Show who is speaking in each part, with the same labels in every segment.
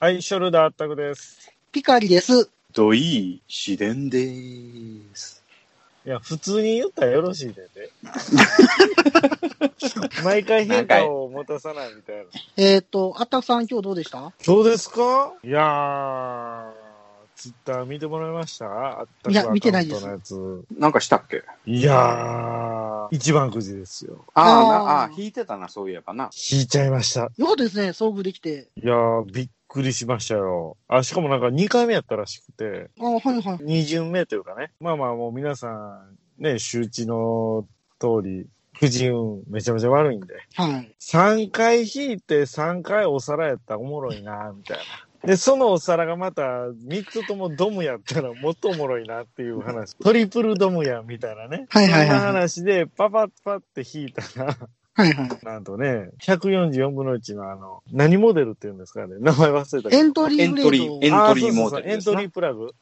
Speaker 1: はい、ショルダータクです。
Speaker 2: ピカリです。
Speaker 3: といい自然でーす。
Speaker 1: いや、普通に言ったらよろしいで ね。毎回変化を持たさないみたいな。
Speaker 2: えっ、と、あったくさん今日どうでした
Speaker 1: どうですかいやー、ツイッター見てもらいましたあった
Speaker 2: いや見てないです
Speaker 1: アカウントのや
Speaker 3: なんかしたっけ
Speaker 1: つ。いやー、一番くじですよ。
Speaker 3: あ
Speaker 2: あー
Speaker 3: あ、なあー、弾いてたな、そういえ ばな。
Speaker 1: 引いちゃいました。
Speaker 2: よかったですね、遭遇できて。
Speaker 1: いやー、びっくりしましたよ。あ、しかもなんか2回目やったらしくて。
Speaker 2: あはいはい。
Speaker 1: 二巡目というかね、まあまあもう皆さん、ね、周知の通り、くじ運めちゃめちゃ悪いんで、
Speaker 2: はい。
Speaker 1: 3回引いて3回お皿やったらおもろいな、みたいな。で、そのお皿がまた3つともドムやったらもっとおもろいなっていう 話。トリプルドムや、みたいなね。
Speaker 2: はいはいはい
Speaker 1: そんな話で、パパッパって引いたら、
Speaker 2: はいはい。
Speaker 1: なんとね、144分の1のあの、何モデルって言うんですかね。名前忘れたけど。
Speaker 2: エントリーグレードを
Speaker 3: エントリーエン
Speaker 1: あ
Speaker 3: トリーモデル
Speaker 1: そうそうそうエン
Speaker 3: ですな
Speaker 1: トリープラグ。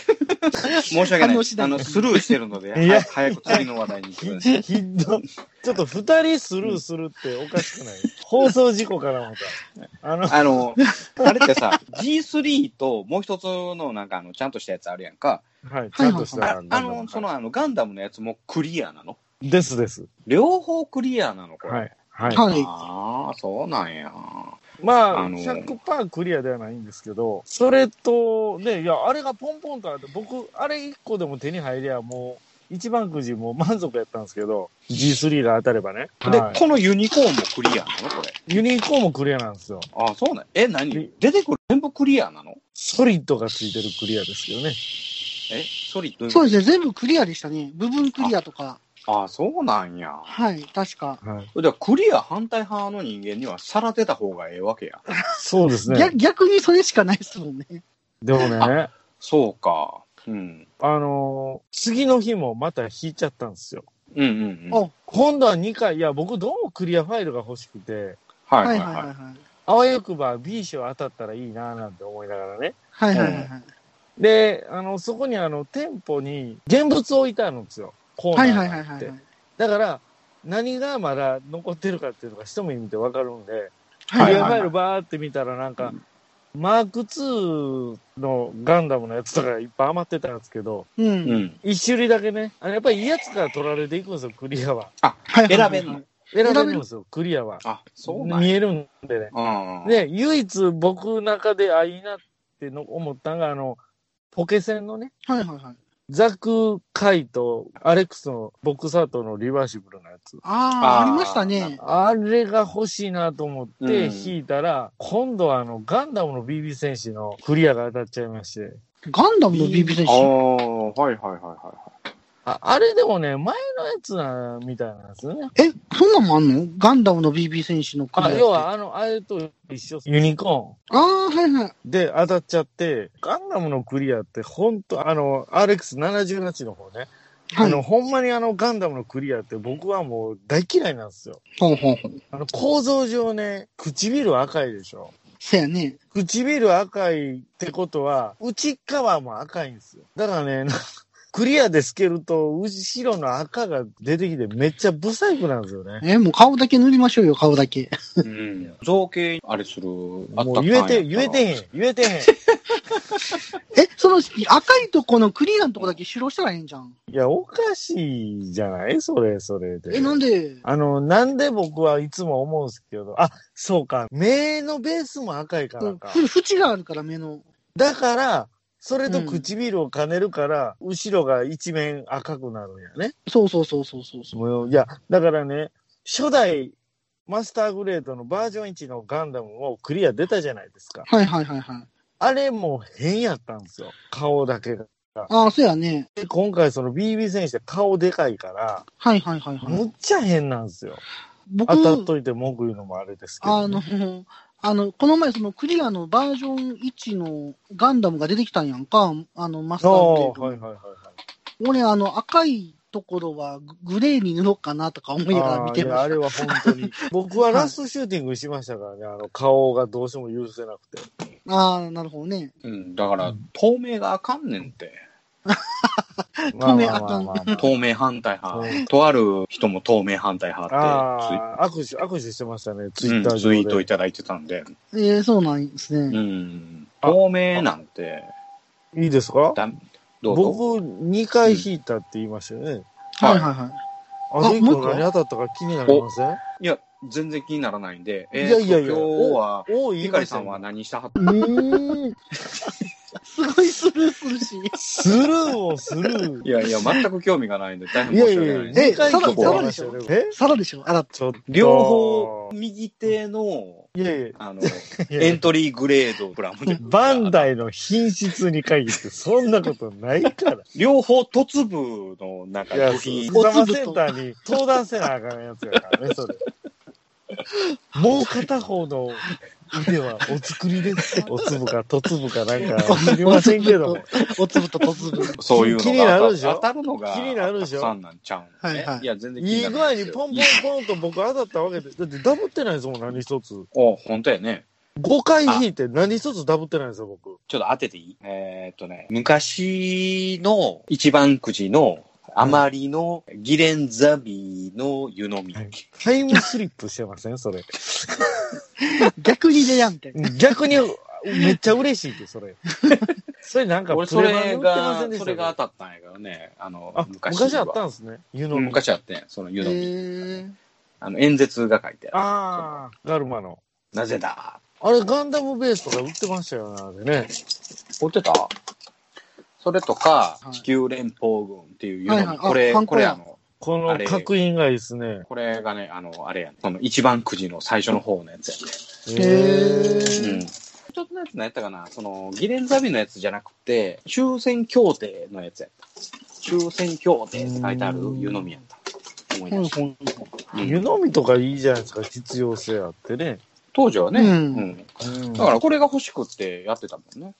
Speaker 3: 申し訳ない。
Speaker 2: 反応しない
Speaker 3: あの、スルーしてるの で、
Speaker 1: いや
Speaker 3: は早く次の話題に行き ましょ
Speaker 1: ひひどちょっと二人スルーするっておかしくない放送事故かなまた。あの
Speaker 3: う、あの、あれってさ、G3 ともう一つのなんかあの、ちゃんとしたやつあるやんか。
Speaker 1: はい、ちゃんとした
Speaker 3: あ
Speaker 1: なんだ
Speaker 3: あの、そのあの、ガンダムのやつもクリアなの
Speaker 1: ですです。
Speaker 3: 両方クリアなのこれ。
Speaker 1: はい。はい。
Speaker 2: はい。
Speaker 3: ああ、そうなんや。
Speaker 1: まあ、
Speaker 3: あの
Speaker 1: 100%クリアではないんですけど、それと、ね、いや、あれがポンポンとあって、僕、あれ一個でも手に入りゃもう、一番くじもう満足やったんですけど、G3 が当たればね。
Speaker 3: で、
Speaker 1: はい
Speaker 3: このユニコーンもクリアなのこれ。
Speaker 1: ユニコーンもクリアなんですよ。
Speaker 3: ああ、そうなんえ、
Speaker 1: え
Speaker 3: 何出てくる全部クリアなの
Speaker 1: ソリッドがついてるクリアですけどね。
Speaker 3: え、ソリッド
Speaker 2: そうですね、全部クリアでしたね。部分クリアとか。
Speaker 3: ああ、そうなんや。
Speaker 2: はい、確か。
Speaker 1: はい。
Speaker 3: じゃあ、クリア反対派の人間にはさらてた方がええわけや。
Speaker 1: そうですね
Speaker 2: 逆。逆にそれしかないですもんね。
Speaker 1: でもね、
Speaker 3: そうか。うん。
Speaker 1: あのー次の日もまた引いちゃったんですよ。
Speaker 3: うんうんうん。
Speaker 2: あ
Speaker 1: 今度は2回、いや、僕どうもクリアファイルが欲しくて、
Speaker 3: は
Speaker 2: は
Speaker 3: いはいい
Speaker 2: はいはい
Speaker 3: は
Speaker 2: はい。
Speaker 1: あわよくば B 賞当たったらいいななんて思いながらね。
Speaker 2: はいはいはいはい。
Speaker 1: で、あの、そこにあの、店舗に現物置いてあるんですよ。コーナ
Speaker 2: は
Speaker 1: ー
Speaker 2: い
Speaker 1: があ
Speaker 2: は
Speaker 1: っ
Speaker 2: い
Speaker 1: て。
Speaker 2: はいはい。
Speaker 1: だから、何がまだ残ってるかっていうのが一目見てわかるんで、ク
Speaker 2: は
Speaker 3: はい
Speaker 1: リ
Speaker 2: は
Speaker 1: アフ
Speaker 2: い
Speaker 1: ァイルバーって見たらなんか、マーク2のガンダムのやつとかいっぱい余ってたんですけど、
Speaker 2: う
Speaker 3: い。
Speaker 2: ん。
Speaker 3: う
Speaker 2: はい
Speaker 3: ん。
Speaker 1: 一種類だけね、あのやっぱりいいやつから取られていくんですよ、クリアは。
Speaker 2: はいはい
Speaker 3: 選べんの。
Speaker 1: 選べるんですよ、クリアは。
Speaker 3: あ、そうなん
Speaker 1: 見
Speaker 3: や。
Speaker 1: えるんでね。
Speaker 3: うん。
Speaker 1: で、唯一僕の中であいいなっての思ったのが、あの、ポケセンのね、
Speaker 2: はいはいはい。
Speaker 1: ザク・カイとアレックスのボクサーとのリバーシブルのやつ。
Speaker 2: ああ、あ
Speaker 3: あー
Speaker 2: りましたね。
Speaker 1: あれが欲しいなと思って
Speaker 3: うん
Speaker 1: 引いたら、今度はあの、ガンダムの BB 戦士のクリアが当たっちゃいまして。
Speaker 2: ガンダムの BB 戦
Speaker 3: あ
Speaker 2: 士。
Speaker 3: あ、はいはいはいは
Speaker 1: ああれでもね、前のやつな、みたいなんですよね。
Speaker 2: え、そんなんもあんのガンダムの BB 戦士のクリア
Speaker 1: あ、
Speaker 2: って
Speaker 1: 要はあの、あれと一緒、ユニコーン。
Speaker 2: ああ、はいはい。
Speaker 1: で、当たっちゃって、ガンダムのクリアって、ほんと、あの、RX78 の方ね、
Speaker 2: は
Speaker 1: あ
Speaker 2: い。
Speaker 1: の、ほんまにあの、ガンダムのクリアって僕はもう大嫌いなんですよ。
Speaker 2: ほうほうほう。
Speaker 1: あの、構造上ね、唇赤いでしょ。
Speaker 2: せやね。
Speaker 1: 唇赤いってことは、内側も赤いんですよ。だからね、 なクリアで透けると、後ろの赤が出てきてめっちゃブサイクなんですよね。
Speaker 2: え、もう顔だけ塗りましょうよ、顔だけ。
Speaker 3: い。うん。造形、あれする、あった
Speaker 1: も
Speaker 3: か
Speaker 1: うん言え
Speaker 3: や
Speaker 1: て、言えてへん、言えてへん。
Speaker 2: え、その赤いとこのクリアのとこだけ白したらええんじゃん。
Speaker 1: いや、おかしいじゃないそれ、それで。
Speaker 2: え、なんで
Speaker 1: あの、なんで僕はいつも思うんですけど、あ、そうか、目のベースも赤いからか。
Speaker 2: ふ、縁があるから目の。
Speaker 1: だから、それと唇を兼ねるから、後ろが一面赤くなるんやね。
Speaker 2: そうそうそうそうそうそう。
Speaker 1: もういや、だからね、初代マスターグレードのバージョン1のガンダムをクリア出たじゃないですか。
Speaker 2: はいはいはいはい。
Speaker 1: あれも変やったんですよ。顔だけが。
Speaker 2: ああ、そうやね。
Speaker 1: で、今回その BB 選手って顔でかいから、
Speaker 2: はいはいはいは
Speaker 1: む
Speaker 2: い。
Speaker 1: っちゃ変なんですよ。
Speaker 2: 僕、
Speaker 1: 当たっといて文句言うのもあれですけど、ね。
Speaker 2: あの、 あの、この前そのクリアのバージョン1のガンダムが出てきたんやんか、あの、マスターグレー
Speaker 1: あ
Speaker 2: ド
Speaker 1: ー
Speaker 2: の。
Speaker 1: はいはいはいはい。
Speaker 2: 俺、あの、赤いところはググレーに塗ろうかなとか思いながら見て
Speaker 1: あーいや
Speaker 2: ま
Speaker 1: あ
Speaker 2: し
Speaker 1: れは本当に。僕はラストシューティングしましたからね、あの顔がどうしても許せなくて。
Speaker 2: た。ああー、なるほどね。
Speaker 3: うん。だから、透明があかんねんって。
Speaker 1: まあまあ
Speaker 2: 止めあ
Speaker 1: ま
Speaker 2: か
Speaker 1: あ
Speaker 2: ん
Speaker 1: まあまあ
Speaker 3: 透明反対派。
Speaker 1: うん
Speaker 3: とある人も透明反対派って
Speaker 1: ああ、握手、握手してましたね、
Speaker 3: ツ
Speaker 1: ツ
Speaker 3: イ,、
Speaker 1: イ
Speaker 3: う
Speaker 1: ッ
Speaker 3: ん、
Speaker 1: ター上
Speaker 3: ツ
Speaker 1: で。
Speaker 3: イートいただいてたんで。
Speaker 2: えー、そうなんですね。
Speaker 3: うん。透明なんて、
Speaker 1: いいですか
Speaker 3: だどうぞ。
Speaker 1: 僕、2回引いたって言いましたよね。
Speaker 2: はいはいはい。
Speaker 1: あの1
Speaker 2: もう一
Speaker 1: 個
Speaker 2: 個
Speaker 1: 何当たったか気になりません
Speaker 3: いや、全然気にならないんで、え
Speaker 1: い
Speaker 3: ー、
Speaker 1: やいやいや
Speaker 3: 今日は、
Speaker 1: おい
Speaker 3: ひかりさんは何したはっ
Speaker 1: うーん。
Speaker 2: すごいスルーするし。
Speaker 1: スルーをスルー。
Speaker 3: いやいや、全く興味がないんで、大変
Speaker 1: いやい
Speaker 3: 申し
Speaker 1: や
Speaker 3: 訳
Speaker 1: い
Speaker 3: な
Speaker 1: や、
Speaker 3: いです
Speaker 2: え
Speaker 1: 二回
Speaker 2: さら
Speaker 1: 引いてま
Speaker 2: に
Speaker 1: した
Speaker 2: さら
Speaker 1: よ
Speaker 2: に
Speaker 1: ね。え
Speaker 2: さらでしょあら、
Speaker 1: ちょっと。
Speaker 3: 両方、右手の、
Speaker 1: いやい
Speaker 3: あの、
Speaker 1: や
Speaker 3: エ
Speaker 1: いや
Speaker 3: ン。トリーグレードプラモデル。
Speaker 1: バンダイの品質に限って、そんなことないから。
Speaker 3: 両方、突部の、なんか、
Speaker 1: いや、そ
Speaker 3: 部
Speaker 1: う
Speaker 3: 品
Speaker 1: 福山センターに登壇せなあかんやつやからね、それ。もう片方の腕はお作りです。お粒か、と粒かなんか、知りませんけども。
Speaker 2: おつぶとおつぶと突ぶ。
Speaker 3: そういうの
Speaker 1: 気にな
Speaker 3: が
Speaker 1: る
Speaker 3: 当
Speaker 1: でしょ
Speaker 3: た当たるのが、
Speaker 1: 気になるでしょ
Speaker 3: さんなんちゃうん
Speaker 2: はいはい
Speaker 3: いや、全然気
Speaker 1: い
Speaker 3: に
Speaker 1: い
Speaker 3: なら
Speaker 1: 具
Speaker 3: な
Speaker 1: 合
Speaker 3: いで
Speaker 1: に
Speaker 3: すよ。
Speaker 1: ポンポンポンと僕当たったわけで、だってダブってないですもん、何一つ。
Speaker 3: お、本当やね。
Speaker 1: 5回引いて何一つダブってないですよ、僕。
Speaker 3: ちょっと当てていいえーっとね、昔の一番くじの、あまりのギレンザビーの湯飲み。
Speaker 1: はいタイムスリップしてませんそれ。
Speaker 2: 逆にでやんみたいな。
Speaker 1: 逆に、めっちゃ嬉しいって、 それ。それなんか
Speaker 3: 俺、
Speaker 1: プ
Speaker 3: そ
Speaker 1: レバンで売っ
Speaker 3: れ
Speaker 1: てませ
Speaker 3: が
Speaker 1: んで、し
Speaker 3: そ
Speaker 1: た
Speaker 3: れが
Speaker 1: か
Speaker 3: 当たったんやけどね、あの、
Speaker 1: あ、
Speaker 3: 昔は。
Speaker 1: 昔あったんですね。湯飲
Speaker 3: うん
Speaker 1: み。
Speaker 3: 昔あってん、その湯
Speaker 2: え
Speaker 3: 飲み。
Speaker 2: ー、
Speaker 3: あの、演説が書いてある。
Speaker 1: ああ、ガルマの。
Speaker 3: なぜだ
Speaker 1: あれ、ガンダムベースとか売ってましたよな、あれね。
Speaker 3: 追ってたそれとか、
Speaker 2: はい
Speaker 3: 地球連邦軍っていう湯飲み。
Speaker 2: はいはいあ
Speaker 3: これ、
Speaker 2: ハン
Speaker 3: こ
Speaker 2: コ
Speaker 3: れ
Speaker 2: や
Speaker 3: あの、
Speaker 1: こ
Speaker 3: あ
Speaker 1: の
Speaker 3: れ
Speaker 1: 角印がいいですね。
Speaker 3: これがね、あの、あれや、その一番くじの最初の方のやつやね。
Speaker 1: へ
Speaker 2: ー
Speaker 3: うん。ちょっとのやつ何やったかなその、ギレンザビのやつじゃなくて、終戦協定のやつやった。終戦協定って書いてある湯飲みやった。思い
Speaker 2: ほ
Speaker 3: 出
Speaker 2: ん
Speaker 3: した。
Speaker 2: ほんほん
Speaker 3: うん
Speaker 1: 湯飲みとかいいじゃないですか、必要性あってね。
Speaker 3: 当時はね、
Speaker 2: う
Speaker 3: うんん。だか
Speaker 1: から
Speaker 3: これが欲しくってやってたもんね。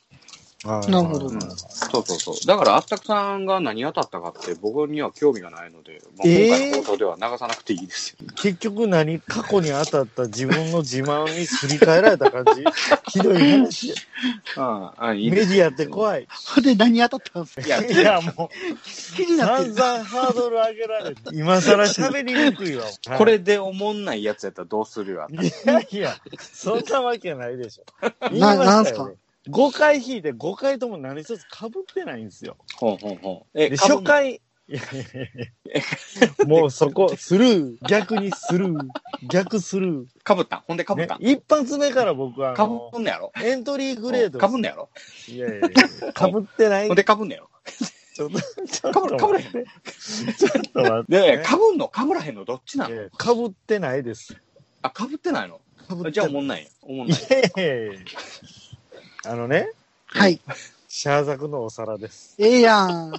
Speaker 1: ら
Speaker 2: なるほど
Speaker 3: うん。そうそうそう。だから、あったくさんが何当たったかって僕には興味がないので、まあ
Speaker 1: えー
Speaker 3: 今回の放送では流さなくていいですよ。
Speaker 1: 結局何、過去に当たった自分の自慢にすり替えられた感 じひどい話。
Speaker 3: ああ、
Speaker 1: メ
Speaker 3: いいで
Speaker 1: デ
Speaker 3: す。
Speaker 1: ィアって怖い。
Speaker 2: ほんで何当たったんですか
Speaker 3: いや、
Speaker 1: いや、も
Speaker 2: 気に
Speaker 1: う、
Speaker 2: な
Speaker 1: 散
Speaker 2: ってる。
Speaker 1: 々ハードル上げられて、今更喋りにくいわ。
Speaker 3: これでおもんないやつやったらどうするよ。あん た
Speaker 1: いやいや、そんなわけないでしょ。言いま
Speaker 2: な
Speaker 1: したよ
Speaker 2: なんすか
Speaker 1: ?5 回引いて5回とも何一つ被ってないんですよ。
Speaker 3: ほんほんほん。え
Speaker 1: で、初。回、 もうそこ、スルー、逆にスルー、逆スル
Speaker 3: かぶった。ほんでか
Speaker 1: ー。
Speaker 3: ぶっ
Speaker 1: ね
Speaker 3: た。、
Speaker 1: 一発目から僕はあ
Speaker 3: か
Speaker 1: の
Speaker 3: ぶんねやろ
Speaker 1: エントリーグレード。
Speaker 3: かぶんねやろ
Speaker 1: いやいやいや、かぶってない
Speaker 3: ほん。でかぶんねやろ
Speaker 1: ちょっと、ちょっ
Speaker 3: かぶ
Speaker 1: と
Speaker 3: る、かぶ
Speaker 1: 待
Speaker 3: ら
Speaker 1: っ
Speaker 3: へんの。
Speaker 1: て待って
Speaker 3: で、かぶんの、かぶらへんの、どっちなの
Speaker 1: いやかぶってないです。
Speaker 3: あ、かぶってないの
Speaker 1: かぶってない
Speaker 3: じゃあおもんないや。おもん
Speaker 1: い
Speaker 3: ない。
Speaker 1: やいやいやいやあのね、
Speaker 2: はい。
Speaker 1: シャーザクのお皿です。
Speaker 2: ええやん。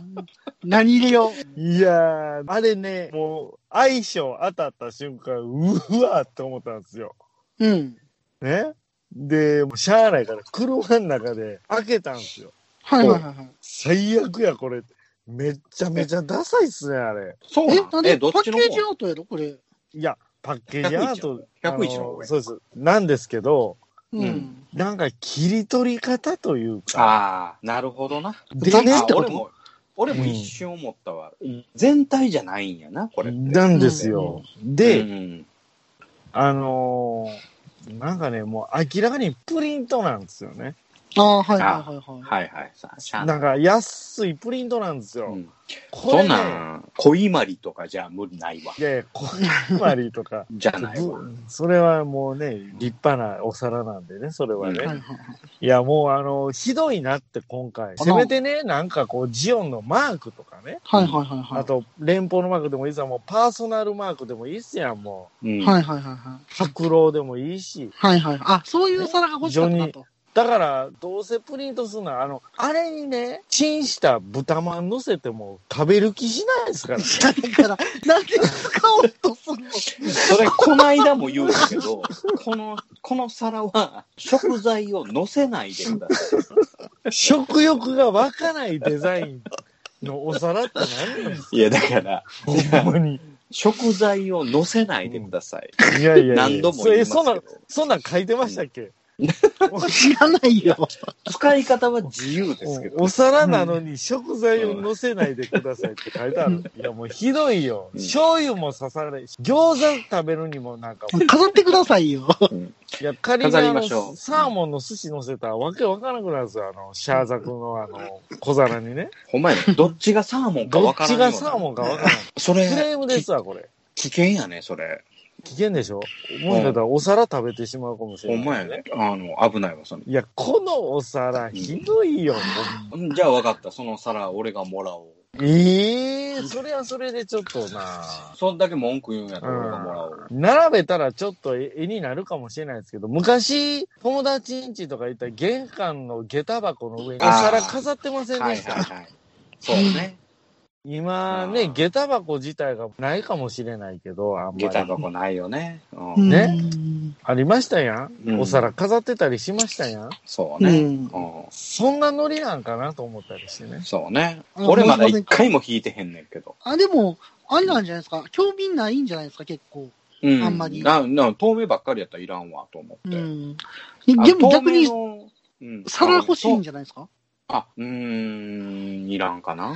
Speaker 2: 何入れよう。
Speaker 1: いやー、あれね、もう、相性当たった瞬間、うわーって思ったんですよ。
Speaker 2: うん。
Speaker 1: ね。で、もうしゃあないから、車の中で開けたんですよ。
Speaker 2: はいはいはいはい。
Speaker 1: 最悪や、これ。めっちゃめちゃダサいっすね、あれ。
Speaker 3: そう
Speaker 2: え、
Speaker 3: な
Speaker 2: なん
Speaker 3: んえ、
Speaker 2: で
Speaker 3: ど
Speaker 2: パ
Speaker 3: っ
Speaker 2: ッ
Speaker 3: ち
Speaker 2: ケ
Speaker 3: の
Speaker 2: ージア
Speaker 3: 方
Speaker 2: ートやろこれ。
Speaker 1: いや、パッケージアート。
Speaker 3: 101の
Speaker 1: あの
Speaker 3: 上
Speaker 1: そうです。なんですけど、
Speaker 2: う
Speaker 3: うんん。
Speaker 1: なんか切り取り方というか。
Speaker 3: ああ、なるほどな。
Speaker 1: で
Speaker 2: 残
Speaker 1: ね
Speaker 2: 念
Speaker 3: あ
Speaker 2: ってこと
Speaker 3: 俺も、俺も一瞬思ったわ。全体じゃないんやな、これって。
Speaker 1: なんですよ。で、
Speaker 3: うん
Speaker 1: あのーなんかね、もう明らかにプリントなんですよね。
Speaker 2: ああ、はいはいはいはい。
Speaker 3: はいはい。さあ、しゃあな
Speaker 1: ないんか安いプリントなんですよ。
Speaker 3: うん
Speaker 1: こ
Speaker 3: そ
Speaker 1: れ
Speaker 3: ん
Speaker 1: ね、
Speaker 3: なん、恋まりとかじゃ無理ないわ
Speaker 1: い。やいや、こんまりとか。
Speaker 3: じゃないわ。
Speaker 1: ぶそれはもうね、立派なお皿なんでね、それはね。
Speaker 3: うん
Speaker 2: はいはいはい
Speaker 1: いや、もうあの、ひどいなって今回。
Speaker 2: あ
Speaker 1: せめてね、なんかこう、ジオンのマークとかね。
Speaker 2: はいはいはいはい。
Speaker 1: あと、連邦のマークでもいいさ、もうパーソナルマークでもいいっすやん、もう。
Speaker 3: うん
Speaker 2: はいはいはいはい。
Speaker 1: 白老でもいいし。
Speaker 2: はいはい。あ、そういう皿が欲しかったなと。
Speaker 1: だから、どうせプリントするなら、あの、あれにね、チンした豚まん乗せても食べる気しないですから。
Speaker 2: いやだから、なんで使おうとするの
Speaker 3: それ、この間も言うんだけど、この、この皿は、食材を乗せないでくださ
Speaker 1: 食欲が湧かないデザインのお皿って何なんです
Speaker 3: い。いや、だから、
Speaker 1: かほんまに。
Speaker 3: 食材を乗せないでください。
Speaker 1: いやいやいや。
Speaker 3: 何度も言います
Speaker 1: そ
Speaker 3: け
Speaker 1: んな
Speaker 3: ど。
Speaker 1: そんなん書いてましたっけ、
Speaker 2: 知らないよ。
Speaker 3: 使い方は自由ですけど。
Speaker 1: お皿なのに食材を乗せないでくださいって書いてある。いや、もうひどいよ。
Speaker 3: うん
Speaker 1: 醤油も刺され、餃子食べるにもなんか、
Speaker 2: 飾ってくださいよ。
Speaker 1: いや、カリが
Speaker 3: 飾り
Speaker 1: あの
Speaker 3: ましょう
Speaker 1: サーモンの寿司乗せたらわけわからなくなるんですよ。あの、シャーザクのあの、小皿にね。
Speaker 3: ほんまやね。どっちがサーモンか
Speaker 1: どっ
Speaker 3: わからん
Speaker 1: ち
Speaker 3: よう
Speaker 1: が
Speaker 3: になる
Speaker 1: サーモンかわからない。
Speaker 3: そ
Speaker 1: クレ
Speaker 3: れ、
Speaker 1: ームですわ、これ。
Speaker 3: 危険やね、それ。
Speaker 1: 危険でしょもしかしたらお皿食べてしまうかもし
Speaker 3: ほ
Speaker 1: れ
Speaker 3: ん
Speaker 1: な
Speaker 3: ま
Speaker 1: い、
Speaker 3: やね。あの、危ないわ、それ。
Speaker 1: いや、このお皿、ひどい よ。
Speaker 3: んじゃあ分かった。その皿、俺がもらおう。
Speaker 1: ええそれはそれでちょっとな。
Speaker 3: そんだけ文句言うんやったら俺がもらおう。
Speaker 1: 並べたらちょっと絵になるかもしれないですけど、昔、友達ん家とか行ったら玄関の下駄箱の上にお皿飾ってません
Speaker 3: は
Speaker 1: で
Speaker 3: い
Speaker 1: し
Speaker 3: は
Speaker 1: た。
Speaker 3: いはい。そうね。
Speaker 1: 今
Speaker 3: あ
Speaker 1: ね、
Speaker 3: ー
Speaker 1: 下駄箱自体がないかもしれないけど、あん
Speaker 3: 下
Speaker 1: ま
Speaker 3: 駄
Speaker 1: り。
Speaker 3: 箱ないよね。うん
Speaker 2: うん
Speaker 1: ねありましたやん、
Speaker 3: うん
Speaker 1: お皿飾ってたりしましたやん
Speaker 3: そう
Speaker 2: う
Speaker 3: ね。
Speaker 2: ん。
Speaker 3: う
Speaker 1: そんなノリなんかなと思ったりしてね
Speaker 3: ん。。そうね。
Speaker 2: あ
Speaker 3: 俺まだ
Speaker 2: 申しませ
Speaker 3: 一
Speaker 2: んか
Speaker 3: 回も弾いてへんねんけど。
Speaker 2: あ、でも、あれなんじゃないですか。興味ないんじゃないですか、結構。
Speaker 3: うん。
Speaker 2: あんまり
Speaker 3: な、な、透明ばっかりやったらいらんわ、と思
Speaker 2: う
Speaker 3: って。
Speaker 2: ん。
Speaker 3: あ
Speaker 2: でも逆に、
Speaker 3: 透明のうん
Speaker 2: 皿欲しいんじゃないですか
Speaker 3: あ、うーん、いらんかな。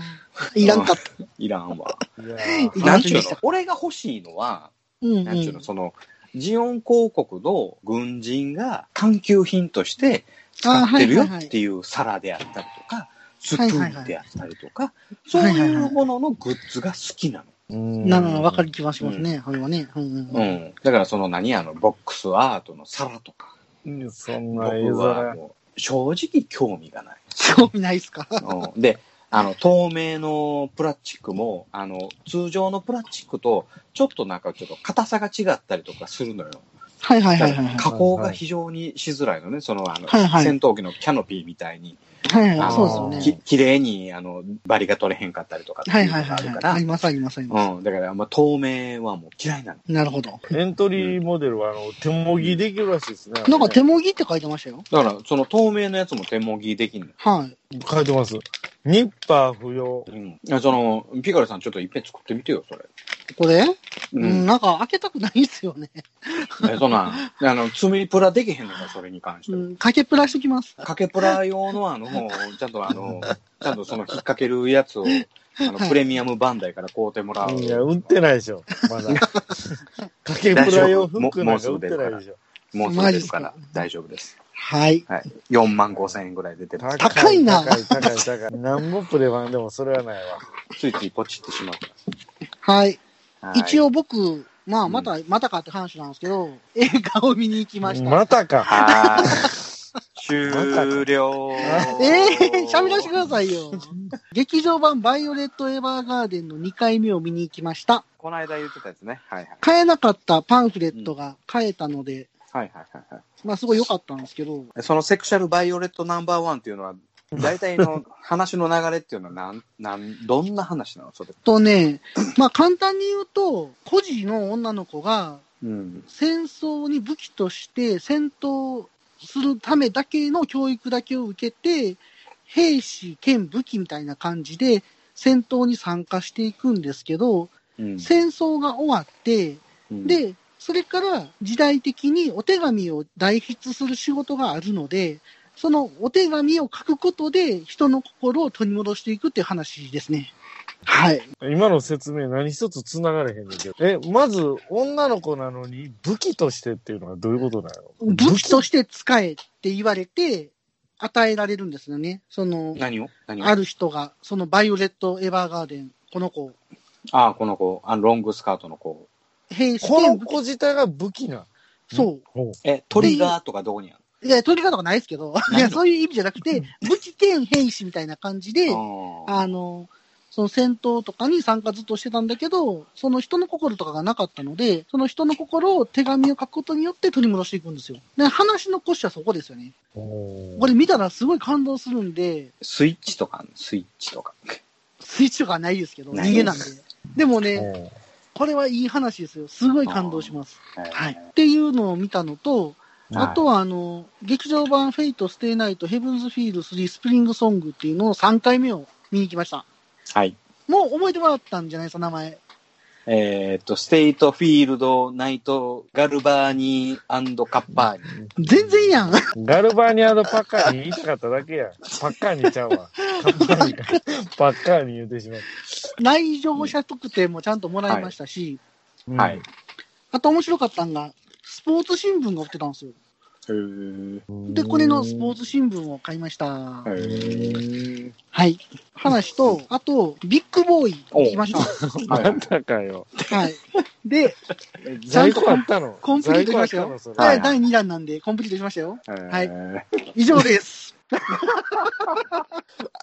Speaker 2: いらんかった。
Speaker 3: いらん わ。
Speaker 1: いやー
Speaker 2: い
Speaker 3: な
Speaker 2: ら
Speaker 3: ん
Speaker 2: ん
Speaker 3: ち
Speaker 2: とで
Speaker 3: ゅうの
Speaker 2: した
Speaker 3: 俺が欲しいのは、
Speaker 2: うんうん。
Speaker 3: なんちゅうの、その、ジオン公国の軍人が探求品として使ってるよ
Speaker 2: あはいはいはい
Speaker 3: っていう皿であったりとか、スプ
Speaker 2: はいはいはい
Speaker 3: ーンであったりとか、そういうもののグッズが好き な
Speaker 1: うん
Speaker 2: なのは分かる気はしますね、それはね。うんうん
Speaker 3: の。うん。だからその何あの、ボックスアートの皿とか、
Speaker 1: うんそん
Speaker 3: 僕
Speaker 1: な絵
Speaker 3: は
Speaker 1: 皿。
Speaker 3: もう正直興味がない。
Speaker 2: 興味ないっすか
Speaker 3: うんで、あの、透明のプラスチックも、あの、通常のプラスチックと、ちょっとなんかちょっと硬さが違ったりとかするのよ。
Speaker 2: はいはいはいはい。
Speaker 3: 加工が非常にしづらいのね、その、あの、
Speaker 2: はいはい
Speaker 3: 戦闘機のキャノピーみたいに、
Speaker 2: はい
Speaker 3: あ
Speaker 2: は
Speaker 3: の
Speaker 2: い、そうです
Speaker 3: き
Speaker 2: よね。
Speaker 3: 綺麗に、あの、バリが取れへんかったりとかって
Speaker 2: はい
Speaker 3: いうの
Speaker 2: はい
Speaker 3: があ
Speaker 2: はい
Speaker 3: る
Speaker 2: は
Speaker 3: か
Speaker 2: い。あ
Speaker 3: ら
Speaker 2: り、ますありますあります。
Speaker 3: うん、だから、あんま透明はもう嫌いなの。
Speaker 2: なるほど。
Speaker 1: エントリーモデルは、あの、手もぎできるらしいですね。
Speaker 2: なんか手もぎって書いてましたよ。
Speaker 3: だから、その透明のやつも手もぎできんの。
Speaker 2: はい。
Speaker 1: 書いてます。ニッパー不要。
Speaker 3: うん。いやその、ピカルさんちょっといっぺん作ってみてよ、それ。
Speaker 2: これう
Speaker 3: う
Speaker 2: ん、
Speaker 3: ん。
Speaker 2: なんか開けたくないっすよね。
Speaker 3: えそんな、あの、積みプラできへんのか、それに関して
Speaker 2: う
Speaker 3: は。
Speaker 2: ん、かけプラしてきます。
Speaker 3: かけプラ用の、あの、ちゃんとあの、ちゃんとその引っ掛けるやつを、あの、
Speaker 2: はい
Speaker 3: プレミアムバンダイから買うてもらう。
Speaker 1: いや、売ってないでしょ。まだ。かけプラ用服なんか売ってないでしょ。
Speaker 3: もうす
Speaker 2: マ
Speaker 3: ぐ出るから
Speaker 2: ジっすか
Speaker 3: 大丈夫です。
Speaker 2: はい。
Speaker 3: はい。4万5千円ぐらいで出てます。
Speaker 2: 高いな
Speaker 1: 高い高い高い。なんぼプレ版でもそれはないわ。
Speaker 3: ついついポチってしまうか
Speaker 2: はい。
Speaker 3: ら。はい
Speaker 2: 一。応僕、まあ、また、またかって話なんですけど、映画を見に行きました。
Speaker 1: またか。
Speaker 3: はーい。終了。
Speaker 2: ええー、喋らせてくださいよ。 劇場版バイオレット・エヴァーガーデンの2回目を見に行きました。
Speaker 3: この間言ってたやつね。はいはい。
Speaker 2: 買えなかったパンフレットが買えたので、
Speaker 3: はいはいはいは
Speaker 2: まあ、すごい良かったんですけど、
Speaker 3: い。そのセクシャルバイオレットナンバーワンっていうのは、大体の話の流れっていうのはなん、なん、どんな話なのそれ。
Speaker 2: とね、まあ、簡単に言うと、孤児の女の子が
Speaker 3: うん。
Speaker 2: 戦争に武器として戦闘するためだけの教育だけを受けて、兵士兼武器みたいな感じで戦闘に参加していくんですけど、
Speaker 3: うん。
Speaker 2: 戦争が終わって、
Speaker 3: うん、
Speaker 2: で、それから時代的にお手紙を代筆する仕事があるので、そのお手紙を書くことで人の心を取り戻していくっていう話ですね。はい。
Speaker 1: 今の説明何一つ繋がれへんねんけど。え、まず、女の子なのに武器としてっていうのはどういうことな の
Speaker 2: 武器として使えって言われて、与えられるんですよね。その、
Speaker 3: 何を何を
Speaker 2: ある人が、そのバイオレット・エヴァーガーデン、この子、
Speaker 3: ああ、この子、あのロングスカートの子。
Speaker 2: 兵士
Speaker 1: この
Speaker 2: 兼
Speaker 1: 子自体が武器な。
Speaker 2: そ
Speaker 1: ほう
Speaker 3: え、トリガーとかどこにある
Speaker 2: う。いや、取り方がないですけど、い
Speaker 3: ない
Speaker 2: や、
Speaker 3: の
Speaker 2: そういう意味じゃなくて、武器兼兵士みたいな感じで、
Speaker 3: のあ
Speaker 2: あの、その戦闘とかに参加ずっとしてたんだけど、その人の心とかがなかったので、その人の心を手紙を書くことによって取り戻していくんですよ。で話の腰はそこですよね。
Speaker 1: ほう。
Speaker 2: これ見たらすごい感動するんで、
Speaker 3: スイッチとかあんのスイッチとか。
Speaker 2: スイッチとかはないですけど、
Speaker 3: ない
Speaker 2: 逃げなんで。でもね、
Speaker 1: ほう
Speaker 2: これはいい話ですよ。すごい感動します。は。
Speaker 3: はい
Speaker 2: っていうのを見たのと、
Speaker 3: はい
Speaker 2: あとは、あの、劇場版フェイト、ステイナイト、ヘブンズフィール3、スプリングソングっていうのを3回目を見に行きました。
Speaker 3: はい。
Speaker 2: もう覚えてもらったんじゃないですか、名前。
Speaker 3: えーっと、ステイトフィールド、ナイト、ガルバーニーカッパーニ。
Speaker 2: 全然やん。
Speaker 1: ガルバーニアのパッカーに言いたかっただけや。パッカーにちゃう わ。パッカーにかパッカーに言うてしまっ
Speaker 2: 来場者特典もちゃんともらいましたし、
Speaker 1: た。うん
Speaker 3: はい。
Speaker 2: あと面白かったのが、スポーツ新聞が売ってたんですよ。
Speaker 3: へ
Speaker 2: で、これのスポーツ新聞を買いました。
Speaker 3: え。へえ。
Speaker 2: はい。話と、あと、ビッグボーイ行きました。
Speaker 1: またかよ。
Speaker 2: はい。で、
Speaker 1: 在庫あったの
Speaker 2: コンプリートしました
Speaker 1: 在庫あ
Speaker 2: よ
Speaker 1: っ。のそれ
Speaker 2: は
Speaker 3: はい
Speaker 2: い、第2弾なんで、コンプリートしましたよ。
Speaker 3: はい。
Speaker 2: 以上です。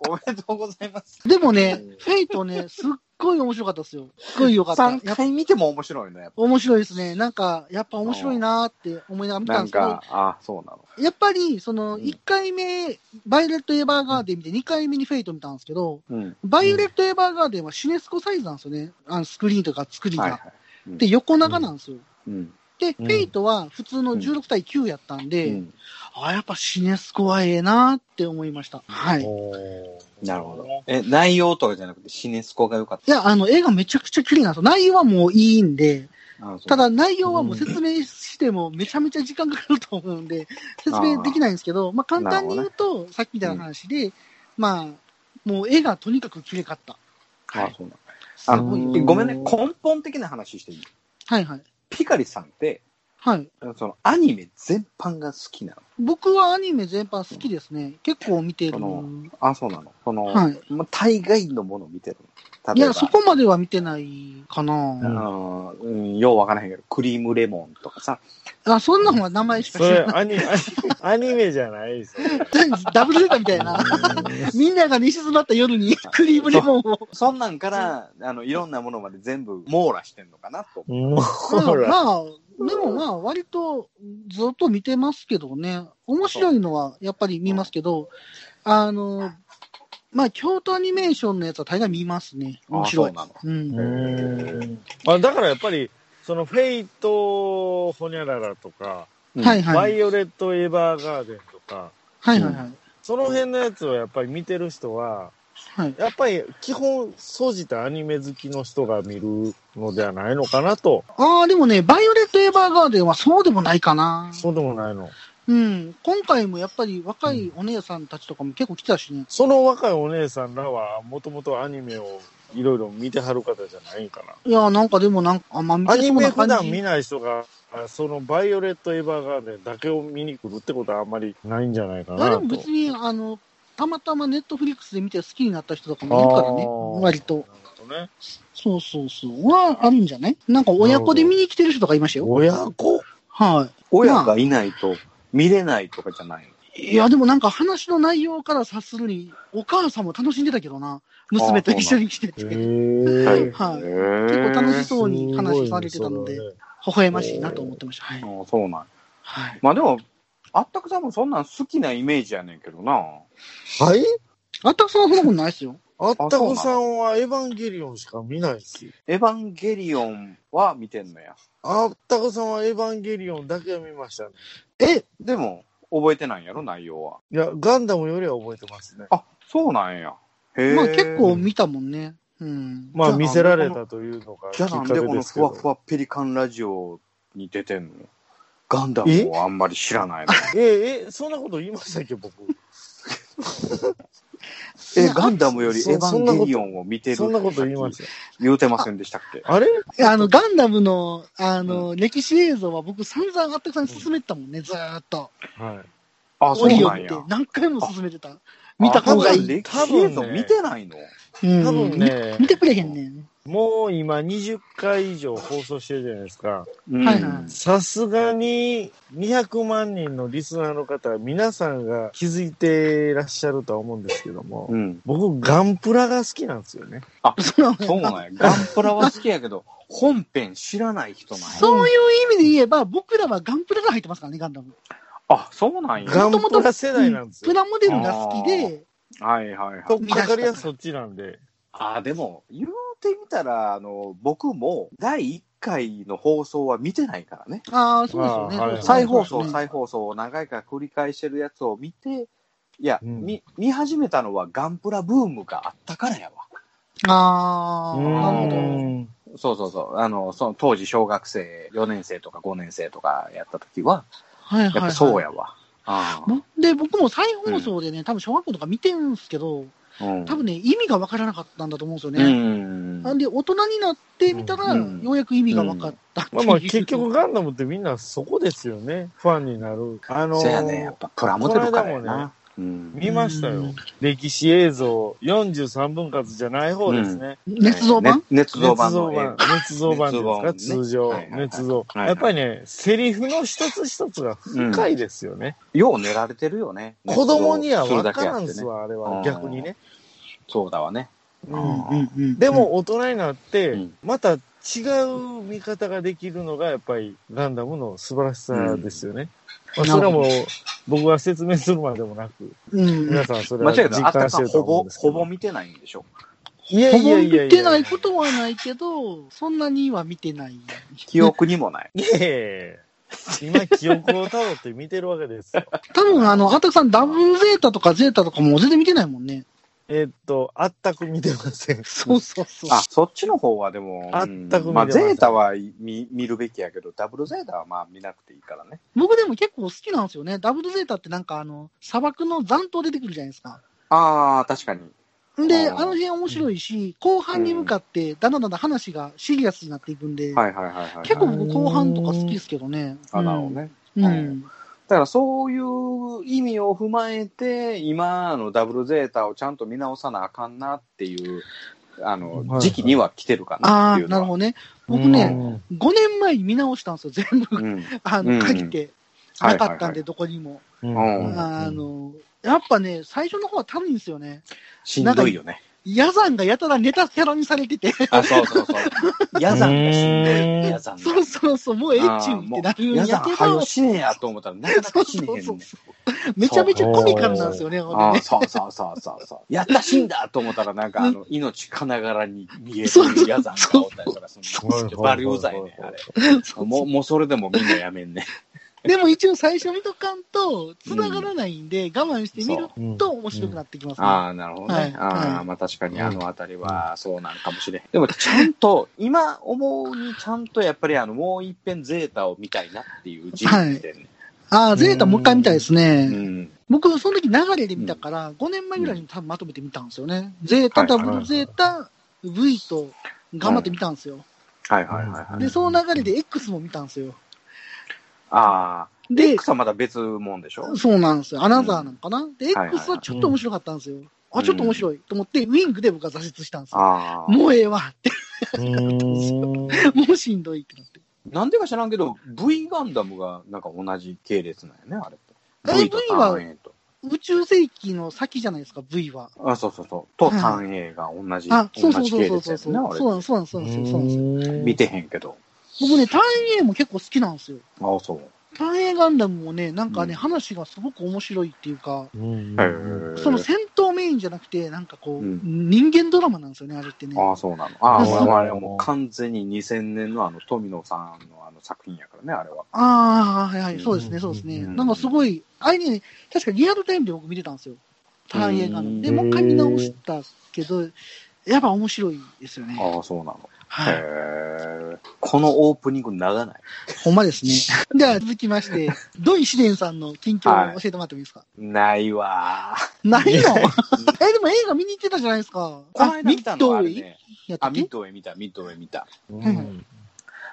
Speaker 3: おめでとうございます。
Speaker 2: でもね、フェイトね、すっごい面白かったですよ。すっごい良かった。
Speaker 3: 3回見ても面白いね。
Speaker 2: 面白いですね。なんか、やっぱ面白いなーって思いながら見た
Speaker 3: なん
Speaker 2: で
Speaker 3: ん
Speaker 2: すけど、
Speaker 3: か、あそうなの。
Speaker 2: やっぱり、その、
Speaker 3: うん
Speaker 2: 1回目、バイオレット・エヴァーガーデン見て、2回目にフェイト見たんですけど、
Speaker 3: うん。
Speaker 2: バイオレット・エヴァーガーデンはシネスコサイズなんですよね。あのスクリーンとか作りが。
Speaker 3: はいはい。
Speaker 2: で、横長なんですよ。
Speaker 3: うん。
Speaker 2: で、
Speaker 1: うん
Speaker 2: フェイトは普通の16対9やったん
Speaker 3: う
Speaker 2: で、
Speaker 3: ん。
Speaker 2: あ、やっぱシネスコはええなーって思いました。はい。い
Speaker 1: おー
Speaker 3: なるほど。え、内容とかじゃなくて、シネスコが良かっ
Speaker 2: や、あの、映画めちゃくちゃ綺麗なんですよ。内容はもういいんで、
Speaker 3: た。あそう
Speaker 2: ただ内容はもう説明してもめちゃめちゃ時間かかると思うんで、説明できないんですけど、まあ簡単に言うと、さっきみたいな話で、まあ、もう絵がとにかく綺麗かった。
Speaker 3: あ、そうなの。
Speaker 2: す
Speaker 3: あ
Speaker 2: ごい。
Speaker 1: う
Speaker 3: の、
Speaker 1: ん
Speaker 3: ごめんね、根本的な話していい
Speaker 2: はいはい。
Speaker 3: ピカリさんって、
Speaker 2: はい。
Speaker 3: そのアニメ全般が好きなの。
Speaker 2: 僕はアニメ全般好きですね。結構見てるの。
Speaker 3: あ、そうなの。その、
Speaker 2: はい。
Speaker 3: まあ、大概のものを見てるの。
Speaker 2: い
Speaker 3: 例え
Speaker 2: や、
Speaker 3: ば、
Speaker 2: そこまでは見てないか
Speaker 3: あ
Speaker 2: な。
Speaker 3: のうん、ようわからへんけど、クリームレモンとかさ、
Speaker 2: あ、そんなのは名前しか
Speaker 1: そ
Speaker 2: 知
Speaker 1: れ
Speaker 2: らない。
Speaker 1: アニメ、アニメじゃないですよ。
Speaker 2: ダブルデータみたい な。みんなが寝静まった夜に クリームレモンを。
Speaker 3: そんなんから、あの、いろんなものまで全部網羅してんのかなと。
Speaker 1: もう
Speaker 2: ま
Speaker 1: ほ
Speaker 2: あ、
Speaker 1: ら。
Speaker 2: まあ、でもまあ、割とずっと見てますけどね、面白いのはやっぱり見ますけど、あの、まあ、京都アニメーションのやつは大概見ますね。面白い。
Speaker 3: あそう
Speaker 2: うん。
Speaker 1: うんあだからやっぱり、そのフェイト、ホニャララとか、
Speaker 3: なの。
Speaker 2: はい
Speaker 3: うん。
Speaker 1: バ
Speaker 2: はい。
Speaker 1: イオレット・エヴァーガーデンとか、
Speaker 2: はいはいはい。
Speaker 1: その辺のやつをやっぱり見てる人は、
Speaker 2: はい、
Speaker 1: やっぱり基本、総じたアニメ好きの人が見るのではないのかなと。
Speaker 2: ああ、でもね、バイオレット・エヴァーガーデンはそうでもないかな。
Speaker 1: そうでもないの。
Speaker 2: うん。今回もやっぱり若いお姉さんたちとかも結構来てたしね。
Speaker 1: その若いお姉さんらは、もともとアニメをいろいろ見てはる方じゃないんかな。
Speaker 2: いやー、なんかでもなんか、あんま見
Speaker 1: ア
Speaker 2: て
Speaker 1: ニ
Speaker 2: そう
Speaker 1: メ
Speaker 2: な
Speaker 1: 普
Speaker 2: 感じ。
Speaker 1: 段見ない人が、あそのバイオレット・エヴァーガーデンだけを見に来るってことはあんまりないんじゃないか
Speaker 2: あ
Speaker 1: な
Speaker 2: で
Speaker 1: と。
Speaker 2: も別に、あの、たまたまネットフリックスで見て好きになった人とかもいるから
Speaker 1: あ
Speaker 2: ね
Speaker 1: ー、
Speaker 2: 割と。
Speaker 1: なるほどね。
Speaker 2: そうそうそう。は、あるんじゃないなんか親子で見に来てる人とかいましたよ。
Speaker 1: 親
Speaker 3: 子
Speaker 2: はい。
Speaker 3: 親がいないと見れないとかじゃないの。
Speaker 2: いや、でもなんか話の内容から察するに、お母さんも楽しんでたけどな。娘と一緒に来てて。
Speaker 1: へ
Speaker 2: 微
Speaker 1: ー
Speaker 2: はい
Speaker 3: 結
Speaker 2: 結構楽し
Speaker 3: そ
Speaker 2: そうに話されてたので、笑ましいなと思ってました。はい。
Speaker 3: う。そうなん。
Speaker 2: はい。
Speaker 3: まあでも、あったくさんもそんなん好きなイメージやねんけどな。
Speaker 1: はい
Speaker 2: あったくさんはそんなことないですよ。
Speaker 1: あったこさんはエヴァンゲリオンしか見ないっすよ。
Speaker 3: エヴァンゲリオンは見てんのや。
Speaker 1: あったこさんはエヴァンゲリオンだけは見ましたね。
Speaker 3: えでも、覚えてないんやろ、内容は。
Speaker 1: いや、ガンダムよりは覚えてますね。
Speaker 3: あ、そうなんや。へえ。
Speaker 2: まあ結構見たもんね。うん。
Speaker 1: まあ
Speaker 3: じゃあ
Speaker 1: 見せられたというのがき
Speaker 3: じゃ
Speaker 1: っ
Speaker 3: あな
Speaker 1: か
Speaker 3: ん
Speaker 1: け
Speaker 3: でこ
Speaker 1: で
Speaker 3: の
Speaker 1: すけ
Speaker 3: ふわ
Speaker 1: ど。
Speaker 3: ふわペリカンラジオに出てんのガンダムをあんまり知らないの。
Speaker 1: え、え、そんなこと言いましたっけ、僕。
Speaker 3: え、ガンダムよりエ
Speaker 1: そ
Speaker 3: ヴァンゲリオンを見てる
Speaker 1: そんなこと言いました。
Speaker 3: 言うてませんでしたっけ
Speaker 1: あれ
Speaker 2: いやあの、ガンダムの、あの、歴史映像は僕散々あったくさんに勧めてたもんね、ずーっと。
Speaker 1: はい。
Speaker 3: あ、そう
Speaker 2: いよ
Speaker 3: な
Speaker 2: っ
Speaker 3: ん
Speaker 2: て
Speaker 3: や。
Speaker 2: 何回も勧めてた。見た方がいい。
Speaker 3: あ多分歴史映像見てないの
Speaker 2: うん
Speaker 1: 多分ね
Speaker 2: 見、てくれへんねん。
Speaker 1: もう今20回以上放送してるじゃないですか。
Speaker 3: うん
Speaker 2: はいはい
Speaker 1: さすがに200万人のリスナーの方、皆さんが気づいていらっしゃるとは思うんですけども、
Speaker 3: うん。
Speaker 1: 僕、ガンプラが好きなんですよね。
Speaker 2: そうなのよ
Speaker 3: そうなんや。ガンプラは好きやけど、本編知らない人なんや。
Speaker 2: そういう意味で言えば、僕らはガンプラが入ってますからね、ガンダム。
Speaker 3: あ、そうなんや。
Speaker 1: ガンプラ世代なんです
Speaker 2: プ
Speaker 1: よ。
Speaker 2: ラモデルが好きで、
Speaker 3: はいはいはい。
Speaker 1: とっかかりはそっちなんで。
Speaker 3: あ、でも、言うてみたら、あの、僕も第1回の放送は見てないからね。
Speaker 2: ああ、そうですよね。
Speaker 1: あーはい
Speaker 3: 再放送、
Speaker 2: そうですね
Speaker 3: 再放送を長いから繰り返してるやつを見て、いや、
Speaker 1: うん
Speaker 3: み見始めたのはガンプラブームがあったからやわ。
Speaker 2: ああ、
Speaker 1: う
Speaker 2: なるほど。
Speaker 1: ん
Speaker 3: そうそうそう。あの、その当時小学生4年生とか5年生とかやった時は、
Speaker 2: はいはい、
Speaker 3: やっ
Speaker 2: はい。
Speaker 3: ぱそうやわ。ああ
Speaker 2: で、僕も再放送でね、多分小学校とか見てるんですけど、
Speaker 3: うん
Speaker 2: 多分ね、意味がわからなかったんだと思うんですよね。
Speaker 3: うん。
Speaker 2: なんで、大人になってみたら、
Speaker 3: うん
Speaker 2: ようやく意味がわかったってい
Speaker 1: ま
Speaker 2: う
Speaker 1: あまあ結局ガンダムってみんなそこですよね。ファンになる。あのー
Speaker 3: そやね、やっぱプラモデルからや
Speaker 1: この間もね
Speaker 3: な。うん。
Speaker 1: 見ましたよ。
Speaker 2: うん
Speaker 1: 歴史映像43分割じゃない方ですね。
Speaker 2: 捏造版、
Speaker 3: ね捏造
Speaker 1: 捏
Speaker 3: 版の
Speaker 1: 造
Speaker 3: 映画
Speaker 1: 版。。捏造版ですか、
Speaker 3: 捏造版ね
Speaker 1: 通常。
Speaker 3: はいはいはい
Speaker 1: 捏造。
Speaker 3: はいはい
Speaker 1: やっぱりね、セリフの一つ一つが深いですよね。
Speaker 3: よう練られてるよね。
Speaker 1: 子供には
Speaker 3: 捏造する
Speaker 1: 分
Speaker 3: だけ
Speaker 1: から
Speaker 3: やっ
Speaker 1: ん
Speaker 3: て
Speaker 1: す
Speaker 3: ね。
Speaker 1: わ、あれ
Speaker 3: う
Speaker 1: は。
Speaker 3: ん
Speaker 1: 逆にね。
Speaker 3: そうだわね。
Speaker 1: う
Speaker 3: うん
Speaker 1: ん
Speaker 2: うんうん、
Speaker 1: で、も大人になって、
Speaker 3: うん
Speaker 1: また違う見方ができるのがやっぱりガンダムの素晴らしさですよね。
Speaker 2: うん
Speaker 1: まあ、それはもう僕は説明するまでもなく、
Speaker 2: うん、
Speaker 1: 皆さんそれ
Speaker 3: 間
Speaker 1: は
Speaker 3: 違え
Speaker 1: 実
Speaker 3: た。あった
Speaker 1: 感し
Speaker 3: さ
Speaker 1: て
Speaker 3: ん、
Speaker 1: ると
Speaker 3: ほ
Speaker 1: 思うん
Speaker 3: ぼ、
Speaker 1: ですけど。
Speaker 3: ほぼ見てないんでしょ。
Speaker 1: いや
Speaker 2: ほ
Speaker 1: い
Speaker 2: ぼ
Speaker 1: やいや
Speaker 2: 見
Speaker 1: いや
Speaker 2: てないことはないけど、そんなには見てない。
Speaker 3: 記憶にもない。
Speaker 1: いやいやいや今、記憶をたどって見てるわけです よ。
Speaker 2: 多分、あの、あたくさん、ダブルゼータとかゼータとかも全然見てないもんね。
Speaker 1: えっと、あったく見てません。
Speaker 2: そうそうそう。
Speaker 3: あ、そっちの方はでも、
Speaker 1: あったく
Speaker 3: うん
Speaker 1: 見てます
Speaker 3: まあ、ゼータは見見るべきやけど、ダブルゼータはまあ見なくていいからね。
Speaker 2: 僕でも結構好きなんですよね。ダブルゼータってなんかあの、砂漠の残党出てくるじゃないですか。
Speaker 3: ああ、確かに。
Speaker 2: で、
Speaker 3: あ
Speaker 2: あ
Speaker 3: ー
Speaker 2: の辺面白いし、後半に向かって、だんだんだんだん話がシリアスになっていくんで、
Speaker 3: はいはいはいはい。
Speaker 2: 結構僕後半とか好きですけどね。
Speaker 3: あ、なるほどね。
Speaker 2: うん。う
Speaker 3: うん
Speaker 2: ん。
Speaker 3: だからそういう意味を踏まえて、今のダブルゼータをちゃんと見直さなあかんなっていう、あ
Speaker 1: はい
Speaker 3: の
Speaker 1: は、い
Speaker 3: 時期には来てるかなっ
Speaker 2: あ
Speaker 3: てい
Speaker 2: あ、
Speaker 3: うの
Speaker 2: な
Speaker 3: は。
Speaker 2: るほどね。僕ね、
Speaker 1: うん
Speaker 2: 5年前に見直したんですよ、全部。
Speaker 3: うん。うん。
Speaker 2: あ
Speaker 3: うん
Speaker 2: の、借りて。
Speaker 3: はい
Speaker 2: な
Speaker 3: はいはい
Speaker 2: かったんで、どこにも。
Speaker 3: う
Speaker 1: うんん
Speaker 2: あ、の、やっぱね、最初の方は多分ですよね。
Speaker 3: しんどいよね。
Speaker 2: ヤザンがやたらネタキャラにされてて、
Speaker 3: あ、そうそうそう。 ヤザンがしんどい。ヤザン
Speaker 2: そう
Speaker 3: が。
Speaker 2: そうそう、もうエッチンってなるん
Speaker 3: ヤザ
Speaker 2: や
Speaker 3: ン、
Speaker 2: け
Speaker 3: は
Speaker 2: ど
Speaker 3: よ、死ねやと思ったら、なかな
Speaker 2: そ
Speaker 3: か
Speaker 2: う
Speaker 3: 死ね
Speaker 2: そ
Speaker 3: へ
Speaker 2: うんそ
Speaker 3: ね
Speaker 2: う。。めちゃめちゃコミカルなんですよね、ほんで
Speaker 3: あ
Speaker 2: ね
Speaker 3: あ、そうそうそうそ うそう。やった死んだと思ったら、なんか、あの、命かながらに逃げ
Speaker 2: そうそ
Speaker 3: る
Speaker 2: う
Speaker 3: ヤザンがおったりとかするんですよ。バリュー罪ね、あれ。もう、もうそれでもみんなや めんね。
Speaker 2: でも一応最初見とかんと、繋がらないんで、我慢してみる
Speaker 1: うん
Speaker 2: と面白くなってきますね。
Speaker 3: ああ、なるほどね。
Speaker 2: はい
Speaker 3: あ
Speaker 2: は
Speaker 3: あ、
Speaker 2: い
Speaker 3: まあ確かにあのあたりはそうなんかもしれん。でもちゃんと、今思うにちゃんとやっぱりあの、もう一遍ゼータを見たいなっていう時期でね。
Speaker 2: ああ、ゼータもう一回見たいです
Speaker 3: う
Speaker 2: ね。
Speaker 3: ん。
Speaker 2: 僕、その時流れで見たから、5年前ぐらいに多分まとめて見たんですよね。ゼータ、ダブルゼータ、V と頑張って見たんですよ。
Speaker 3: はいはいはいは
Speaker 1: う
Speaker 3: い。
Speaker 1: ん
Speaker 2: で、その流れで X も見たんですよ。
Speaker 3: ああ、
Speaker 2: で、
Speaker 3: 草また別もんでしょ
Speaker 2: そうなんですよ。アナザーなのかな、で、
Speaker 3: はいはい
Speaker 2: X はちょっと面白かったんですよ。
Speaker 3: ん
Speaker 2: あ、ちょっと面白いと思って、ウィングで僕は挫折したんですよ。
Speaker 3: ああ。
Speaker 2: もうええわって、
Speaker 1: うん
Speaker 2: もうしんどいってなって。
Speaker 3: なんでか知らんけど、V ガンダムがなんか同じ系列なんやね、あれ
Speaker 2: え
Speaker 3: と。V と
Speaker 2: V は
Speaker 3: 3A と。
Speaker 2: 宇宙世紀の先じゃないですか、V は。
Speaker 3: あ、そうそうそう。と
Speaker 2: はい
Speaker 3: 3A が同じ、
Speaker 2: あ、そう
Speaker 3: 同
Speaker 2: そう
Speaker 3: じ
Speaker 2: そう
Speaker 3: 系
Speaker 2: そう
Speaker 3: 列
Speaker 2: そうそ
Speaker 3: やね
Speaker 2: う。
Speaker 3: んな、
Speaker 2: そう
Speaker 3: あ
Speaker 2: なんそうなんそうなんですよ。そうなんですよ
Speaker 3: れ。
Speaker 1: う
Speaker 3: 見てへんけど。
Speaker 2: 僕ね、ターン A も結構好きなんですよ。
Speaker 3: ああ、そう。
Speaker 2: ターン A ガンダムもね、なんかね、
Speaker 3: うん
Speaker 2: 話がすごく面白いっていうか、
Speaker 1: ん
Speaker 3: へ
Speaker 2: その戦闘メインじゃなくて、なんかこう、
Speaker 3: うん
Speaker 2: 人間ドラマなんですよね、あれってね。
Speaker 3: ああ、そうなの。ああ、
Speaker 2: そう
Speaker 3: 俺はあれはもう完全に2000年のあの富野さんのあの作品やからね、あれは。
Speaker 2: ああ、はいは
Speaker 3: う
Speaker 2: い、
Speaker 3: ん
Speaker 2: そうですね、そうですね。
Speaker 3: うん
Speaker 2: なんかすごい、あれね、確かリアルタイムで僕見てたんですよ。ターン映画
Speaker 3: うん
Speaker 2: の。で、もう一回見直したけど、やっぱ面白いですよね。
Speaker 3: ああ、そうなの。
Speaker 2: はい。
Speaker 3: へえ。このオープニング長ない。
Speaker 2: ほんま ですね。では続きまして、土井紫蓮さんの近況を教えてもらってもいいですか、
Speaker 3: ないわー。
Speaker 2: ないの え、でも映画見に行ってたじゃないですか。
Speaker 3: この間見たのはあれ
Speaker 2: ミッドウェイ
Speaker 3: ね。
Speaker 2: やった
Speaker 3: あ、
Speaker 2: っ
Speaker 3: ミッ
Speaker 2: け
Speaker 3: ドウェイ見た、ミッドウェイ見た。
Speaker 1: うん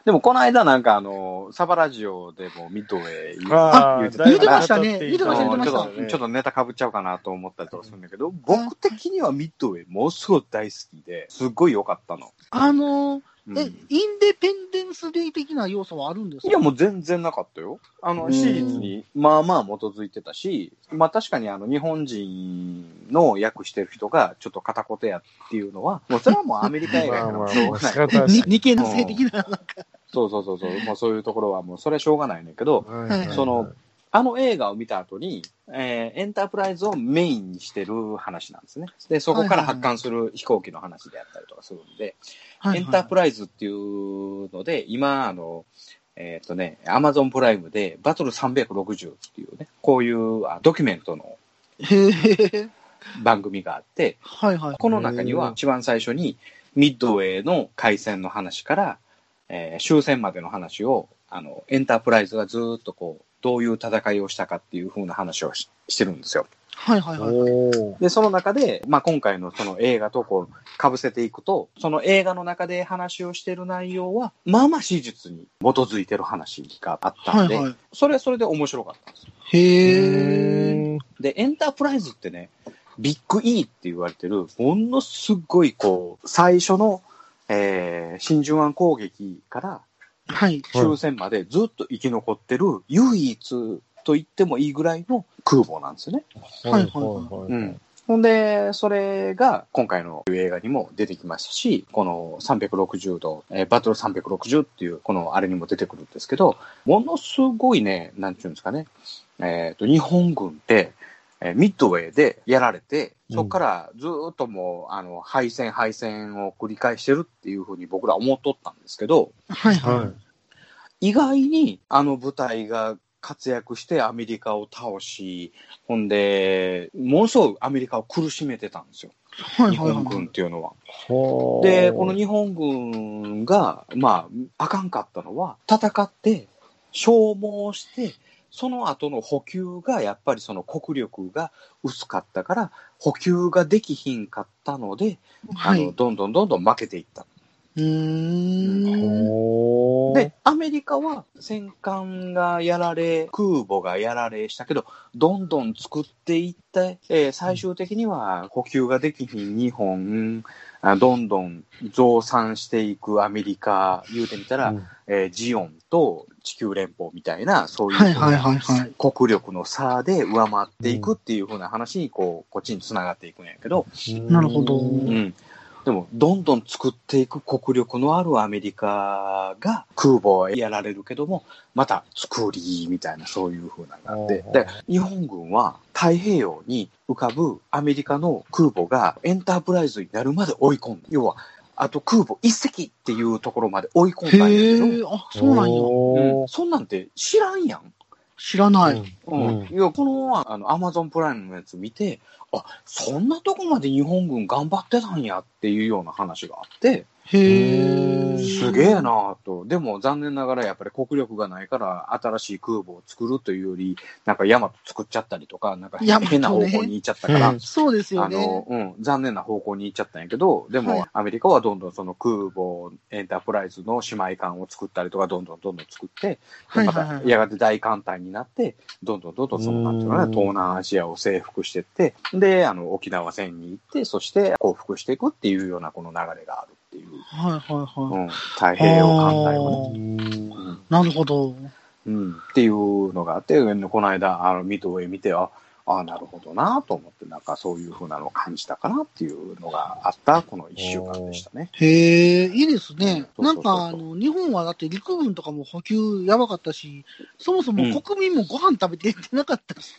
Speaker 3: でもこの間なんかあの、サバラジオでもミッドウェイ言う
Speaker 1: あ
Speaker 3: 言
Speaker 1: ー
Speaker 3: って
Speaker 1: だ
Speaker 3: た
Speaker 1: いぶ
Speaker 2: 言
Speaker 3: から
Speaker 2: うてましたね
Speaker 1: 語っ
Speaker 2: 言うてました
Speaker 3: う
Speaker 2: 言
Speaker 3: んち
Speaker 2: て
Speaker 3: ょ
Speaker 2: ま
Speaker 3: っ
Speaker 2: し
Speaker 3: とちょっとネタかぶっちゃうかなと思ったりとかするんだけど、僕的にはミッドウェイものすごい大好きで、すっごい良かったの。
Speaker 2: あの
Speaker 3: うん
Speaker 2: ー、え、インデペンデンスデイ的な要素はあるんですか
Speaker 3: いや、もう全然なかったよ。あ
Speaker 1: う
Speaker 3: の、
Speaker 1: ん
Speaker 3: 史実に、まあまあ基づいてたし、まあ確かにあの、日本人の訳してる人が、ちょっと片言やっていうのは、もうそれはもうアメリカ映画や
Speaker 1: まあま
Speaker 3: から
Speaker 1: あ、
Speaker 3: しょう
Speaker 1: まあ
Speaker 3: が
Speaker 1: 仕
Speaker 3: ない。
Speaker 1: 方
Speaker 2: に
Speaker 1: ない。
Speaker 2: 二系の性的な。
Speaker 3: そうそうそうそう、もうそういうところはもう、それはしょうがないねんだけど、
Speaker 1: はいはい
Speaker 3: その、あの映画を見た後に、えーエンタープライズをメインにしてる話なんですね。で、そこから発刊する飛行機の話であったりとかするんで、エンタープ
Speaker 2: ラ
Speaker 3: ライズっていうので、今、あの、えっ、とね、アマゾンプライムで、バトル360っていうね、こういうあドキュメントの
Speaker 2: イへえ。
Speaker 3: 番組があって、
Speaker 2: はいはい。
Speaker 3: この中には一番最初にミッドウェーの海戦の話から、えー終戦までの話を、あの、エンタープライズがずーっとこう、どういう戦いをしたかっていう風な話をししてるんですよ。
Speaker 2: はいはいはい。
Speaker 1: おー
Speaker 3: で、その中で、まあ、今回のその映画とこう、被せていくと、その映画の中で話をしてる内容は、まあまあ史実に基づいてる話があった
Speaker 2: は
Speaker 3: んで、
Speaker 2: いはい。
Speaker 3: それはそれで面白かったんですよ。
Speaker 2: へえ。
Speaker 3: で、エンタープライズってね、ビッグ E って言われてる、ものすごいこう、最初の、えー真珠湾攻撃から
Speaker 2: はい。
Speaker 3: 終戦までずっと生き残ってる、唯一と言ってもいいぐらいの空母なんですよね。
Speaker 2: はいはい
Speaker 1: は
Speaker 3: うん。ほんで、それが今回の映画にも出てきましたし、この360度、えーバトル360っていう、このあれにも出てくるんですけど、ものすごいね、なんていうんですかね、えっ、と、日本軍って、えーミッドウェーでやられて、そこからずーっともう、あの、敗戦敗戦を繰り返してるっていうふうに僕ら思っとったんですけど、
Speaker 2: はい
Speaker 1: は。
Speaker 2: はい
Speaker 3: 意外にあの部隊が活躍してアメリカを倒し、ほんで、ものすごくアメリカを苦しめてたんですよ。
Speaker 2: い。はい
Speaker 3: 日
Speaker 2: はい
Speaker 3: 本
Speaker 2: は
Speaker 3: 軍っ
Speaker 2: い。
Speaker 3: ていうのは。
Speaker 1: ほー
Speaker 3: で、この日本軍が、まあ、あかんかったのは、戦って、消耗して、その後の補給が、やっぱりその国力が薄かったから、補給ができひんかったので、あ
Speaker 2: はい。
Speaker 3: の、
Speaker 2: う
Speaker 3: どんどんどんどん負けていった。
Speaker 2: ーん。
Speaker 1: ほー
Speaker 3: で、アメリカは戦艦がやられ、空母がやられしたけど、どんどん作っていって、えー最終的には補給ができひん日本、あどんどん増産していくアメリカ、言うてみたら、
Speaker 1: うん
Speaker 3: えージオンと地球連邦みたいな、そういう
Speaker 2: はいはいはいはい。
Speaker 3: 国力の差で上回っていくっていうふうな話に、こう、こっちに繋がっていくんやけど、
Speaker 2: なるほど
Speaker 1: うん
Speaker 3: うん。でも、どんどん作っていく国力のあるアメリカが空母はやられるけども、また作りみたいなそういう風なのがあって
Speaker 1: うん、
Speaker 3: で、日本軍は太平洋に浮かぶアメリカの空母がエンタープライズになるまで追い込んだ。要は、あと空母一隻っていうところまで追い込んだんやけ
Speaker 2: へえ
Speaker 3: ど、、
Speaker 2: あ、そうなんや。
Speaker 1: ほ
Speaker 3: うんそんなんて知らんやん。
Speaker 2: 知らな
Speaker 1: ー
Speaker 2: い。
Speaker 3: うん
Speaker 1: うん
Speaker 3: いや、この、あの、アマゾンプライムのやつ見て、あ、そんなとこまで日本軍頑張ってたんやっていうような話があって、
Speaker 2: へえ。
Speaker 3: すげえ。なぁと。でも残念ながらやっぱり国力がないから新しい空母を作るというより、なんかヤマト作っちゃったりとか、なんか
Speaker 2: ヤマトね
Speaker 3: 変な方向に行っちゃったから、
Speaker 1: うん
Speaker 2: そうですよ
Speaker 3: あ
Speaker 2: ね
Speaker 3: の。、うん、残念な方向に行っちゃったんやけど、で
Speaker 2: はい
Speaker 3: もアメリカはどんどんその空母エンタープライズの姉妹艦を作ったりとか、どんどんどんどん作って、
Speaker 2: は
Speaker 3: で
Speaker 2: い
Speaker 3: ま
Speaker 2: はい
Speaker 3: た
Speaker 2: はい。
Speaker 3: やがて大艦隊になって、どんどんどんどんその、なんていうのか
Speaker 1: うん
Speaker 3: な、東南アジアを征服してって、で、あの、沖縄戦に行って、そして降伏していくっていうようなこの流れがあるっていう、
Speaker 2: はいはいは
Speaker 3: うん、太平洋艦隊をね。うん
Speaker 2: い。なるほど。
Speaker 3: うん、っていうのがあって、この間、あの、ミッドウェイ見て、あ、あなるほどなと思って、なんかそういうふうなのを感じたかなっていうのがあった、この一週間でしたね。
Speaker 2: へえ、いいですね。
Speaker 3: そうそう
Speaker 2: なん
Speaker 3: そうそう
Speaker 2: か、あの、日本はだって陸軍とかも補給やばかったし、そもそも国民もご飯食べていってなかったし。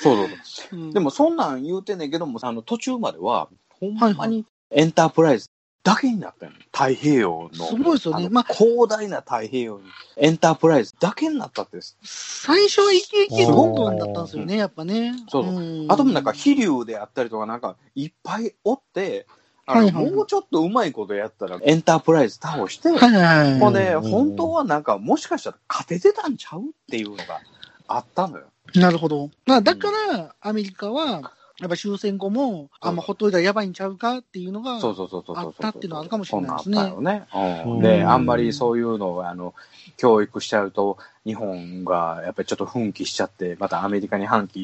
Speaker 3: そうそうそう。
Speaker 2: うん
Speaker 3: でも、そんなん言うてんねんけども、あの、途中までは、ほん
Speaker 2: は
Speaker 3: ま
Speaker 2: いは
Speaker 3: にエンタープライズだけになったよ、ね、太平洋の。
Speaker 2: すごいですよね
Speaker 3: あの
Speaker 2: まあ
Speaker 3: 広大な太平洋に、エンタープライズだけになったってです。
Speaker 2: 最初はイケイケ軍団だったんですよね、やっぱね。
Speaker 3: そうそうんあともなんか、飛竜であったりとか、なんか、いっぱいおって、あの
Speaker 2: はいはいはい
Speaker 3: もうちょっとうまいことやったら、エンタープライズ倒して、
Speaker 2: はいはい
Speaker 3: も
Speaker 2: は
Speaker 3: うね、
Speaker 1: うん
Speaker 3: 本当はなんか、もしかしたら勝ててたんちゃうっていうのがあったのよ。
Speaker 2: い。なるほど。まあ、だから、アメリカは、やっぱ終戦後も、あんまほっといたらやばいんちゃうかっていうのが、
Speaker 3: そうそうそうそうそう。
Speaker 2: あったっていうのはあるかもしれないですね
Speaker 3: そんんあったよね。うん
Speaker 1: うん
Speaker 3: で、あんまりそういうのを、あの、教育しちゃうと、日本がやっぱりちょっと奮起しちゃって、またアメリカに反旗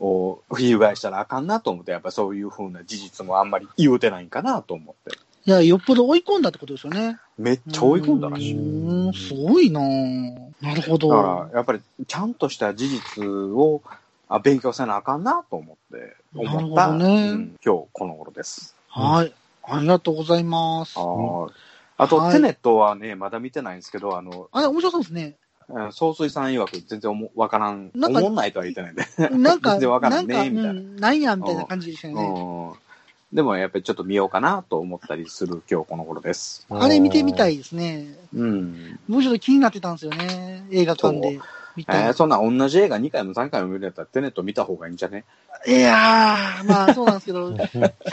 Speaker 3: を翻したらあかんなと思って、やっぱそういうふうな事実もあんまり言うてないんかなと思って。
Speaker 2: いや、よっぽど追い込んだってことですよね。
Speaker 3: めっちゃ追い込んだらしい。
Speaker 2: うーん、すごいなぁなるほど。
Speaker 3: だから、やっぱりちゃんとした事実をあ勉強せなあかんなと思って、思っ
Speaker 2: なる
Speaker 3: た、
Speaker 2: ほどね
Speaker 3: うん今日この頃です。
Speaker 2: はい。ありがとうございます。
Speaker 3: あ
Speaker 2: あ
Speaker 3: ーあと、
Speaker 2: はい
Speaker 3: テネットはね、まだ見てないんですけど、あの、
Speaker 2: れ、面白そうですね。
Speaker 3: うん総帥さん曰く全然おもわからん。
Speaker 2: なんか
Speaker 3: おもんないとは言ってない んで。
Speaker 2: なんか、
Speaker 3: 全然わかんな
Speaker 2: ないん
Speaker 3: ね
Speaker 2: か、う、
Speaker 3: みたいなん
Speaker 2: なんや、みたいな感じでしたよね。
Speaker 3: うん。でもやっぱりちょっと見ようかなと思ったりする今日この頃です。
Speaker 2: あれ見てみた
Speaker 1: い。
Speaker 2: いですね。
Speaker 3: うん。
Speaker 2: 僕ちょっと気になってたんですよね。映画館で。みたい
Speaker 3: え
Speaker 2: な
Speaker 3: ー、。そんな同じ映画2回も3回も見るんやったらテネット見た方がいいんじゃね
Speaker 2: いやー、まあそうなんですけど、ち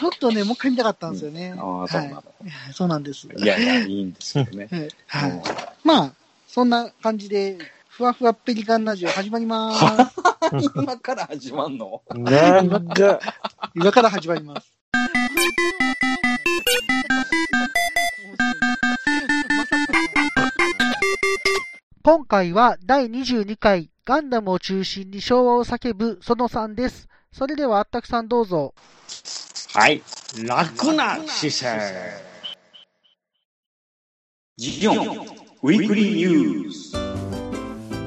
Speaker 2: ょっとね、もう一回見たかったんですよね。
Speaker 3: ああ、そうなの
Speaker 2: は。い、そうなんです。
Speaker 3: い、やいや、いいんですけどね。
Speaker 2: はいは
Speaker 3: は
Speaker 2: い。まあ、そんな感じで、ふわふわペリカンラジオ始まります。
Speaker 3: 今から始まんの
Speaker 1: なんか、
Speaker 2: 今から始まります。今回は第22回ガンダムを中心に昭和を叫ぶその3です。それではあったくさんどうぞ。
Speaker 3: はい。
Speaker 1: 楽な姿勢。
Speaker 3: ジオン、ウィークリーニュース。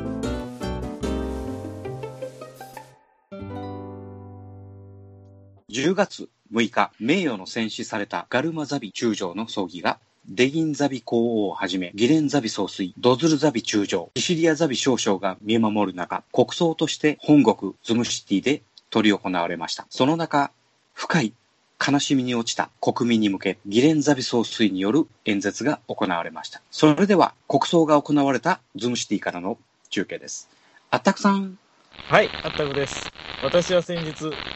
Speaker 3: 10月6日、名誉の戦死されたガルマザビ中将の葬儀が、デギンザビ皇王をはじめ、ギレンザビ総帥、ドズルザビ中将、シシリアザビ少将が見守る中、国葬として本国ズムシティで執り行われました。その中、深い悲しみに落ちた国民に向け、ギレンザビ総帥による演説が行われました。それでは、国葬が行われたズムシティからの中継です。あったくさん。
Speaker 1: はい、あったくです。私は先日、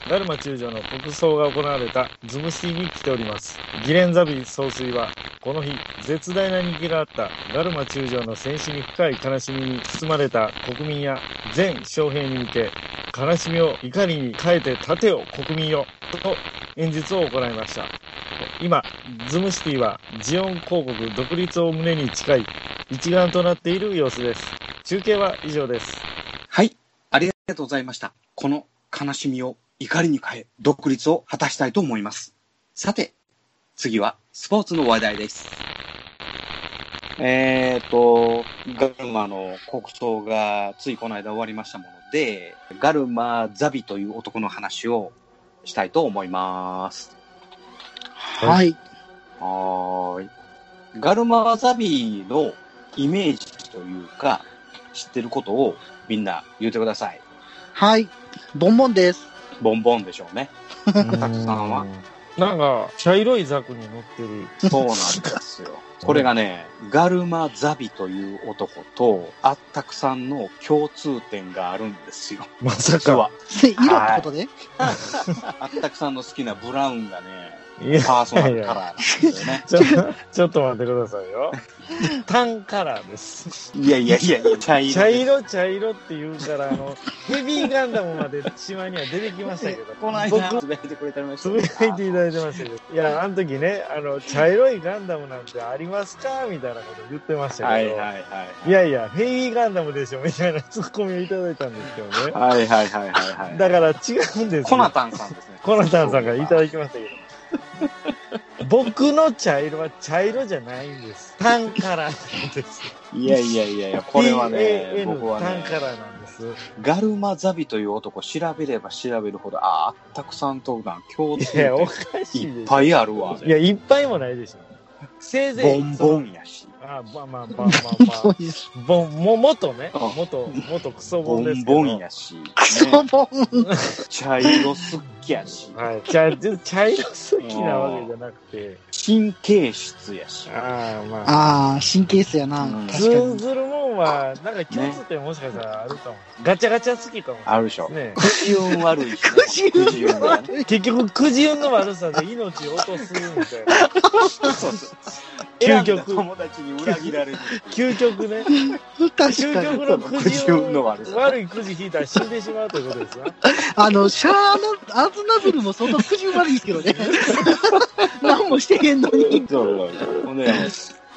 Speaker 1: ダルマ中将の国葬が行われたズムシティに来ております。ギレンザビ総帥は、この日、絶大なにぎらったダルマ中将の戦死に深い悲しみに包まれた国民や全将兵に向け、悲しみを怒りに変えて盾を国民よ、と演説を行いました。今、ズムシティはジオン公国独立を胸に近い一丸となっている様子です。中継は以上です。
Speaker 3: はい、ありがとうございました。この悲しみを怒りに変え、独立を果たしたいと思います。さて、次はスポーツの話題です。えーと、ガルマの国葬がついこの間終わりましたもので、ガルマザビという男の話をしたいと思います。
Speaker 2: はい。
Speaker 3: はーい。ガルマザビのイメージというか、知ってることをみんな言ってください。
Speaker 2: はい。ボンボンです。
Speaker 3: ボンボンでしょうね。たくさんは
Speaker 1: なんか、茶色いザクに乗ってる。
Speaker 3: そうなん ですよ。これがね、ガルマザビという男と、アッタクさんの共通点があるんですよ。
Speaker 1: まさ
Speaker 3: 実
Speaker 1: か。
Speaker 3: は。
Speaker 2: せ色ってことで
Speaker 3: アッタクさんの好きなブラウンがね、
Speaker 1: いや、
Speaker 3: パーソナルカラーなんですよね。
Speaker 1: ちょちょっと待ってくださいよ。タンカラーです。
Speaker 3: いやいやいやいや、茶色
Speaker 1: 茶
Speaker 3: です。
Speaker 1: 色、茶色って言うから、あの、ヘビーガンダムまで島には出てきましたけど。
Speaker 3: この間、
Speaker 1: 僕
Speaker 3: つぶやいてくれてまし
Speaker 1: つ
Speaker 3: た
Speaker 1: ぶ
Speaker 3: ね。
Speaker 1: やいていただいてましたけど、いや、あの時ね、あの、茶色いガンダムなんてありますかみたいなこと言ってました
Speaker 3: は
Speaker 1: け
Speaker 3: い
Speaker 1: ど、
Speaker 3: は
Speaker 1: い
Speaker 3: いはいはい。
Speaker 1: やいや、ヘビーガンダムでしょみたいなツッコミをいただいたんですけどね。
Speaker 3: はいはいはいはいはい。
Speaker 1: だから違うんですよ
Speaker 3: コナタンさんですね。
Speaker 1: コナタンさんがいただきましたけど。僕の茶色は茶色じゃないんです。タンカラーなんです。
Speaker 3: いやいやいやいや、これはね、
Speaker 1: TAN
Speaker 3: 僕は
Speaker 1: タン
Speaker 3: ね、
Speaker 1: カラーなんです。
Speaker 3: ガルマザビという男調べれば調べるほど、ああ、あったくさんとな共通
Speaker 1: いや、お
Speaker 3: 点
Speaker 1: かしい
Speaker 3: いっ
Speaker 1: でしょ。
Speaker 3: ぱいあるわ。
Speaker 1: いや、いっぱいもないでしょ。せいぜ
Speaker 3: ボ
Speaker 1: い。
Speaker 3: ンボンやし。
Speaker 1: あ、まあまあまあまあま
Speaker 2: そう
Speaker 1: あ。
Speaker 2: です。
Speaker 1: ボン、も、元ね
Speaker 3: あ。
Speaker 1: 元、元クソボ
Speaker 3: ボ
Speaker 1: ンです
Speaker 3: ン
Speaker 1: けど。
Speaker 3: ボンやし。
Speaker 2: クソ
Speaker 3: ね
Speaker 2: ボン。
Speaker 3: 茶色すっき やし。
Speaker 1: はい。茶、茶色好きなわけじゃなくて。
Speaker 3: 神経質やし。
Speaker 1: ああ、まあ。
Speaker 2: ああ、神経質やな。
Speaker 3: うん
Speaker 1: ズル
Speaker 2: 確か
Speaker 1: ズルもんは、なんか共通点もしかしたらあるかも。ガチャガチャ好きかも。
Speaker 3: あるでしょ。
Speaker 1: ね。
Speaker 3: 口運悪いしね。
Speaker 2: に。
Speaker 3: 口運がね
Speaker 1: 結局、くじ運の悪さで命を落とすみたいな。
Speaker 3: そうそう
Speaker 1: 究極
Speaker 3: 選んだ友達に裏切られる。
Speaker 1: 究極ね。
Speaker 2: 確
Speaker 1: 究
Speaker 2: かに。
Speaker 1: 極のくじ運の悪
Speaker 3: くじ運の悪
Speaker 1: さ。
Speaker 3: さ
Speaker 1: 悪いくじ引いたら死んでしまうということですな。
Speaker 2: あの、シャアの、アズナブルも相当苦渋悪いですけど ね。何もしてへんのに。
Speaker 3: そうそうほんで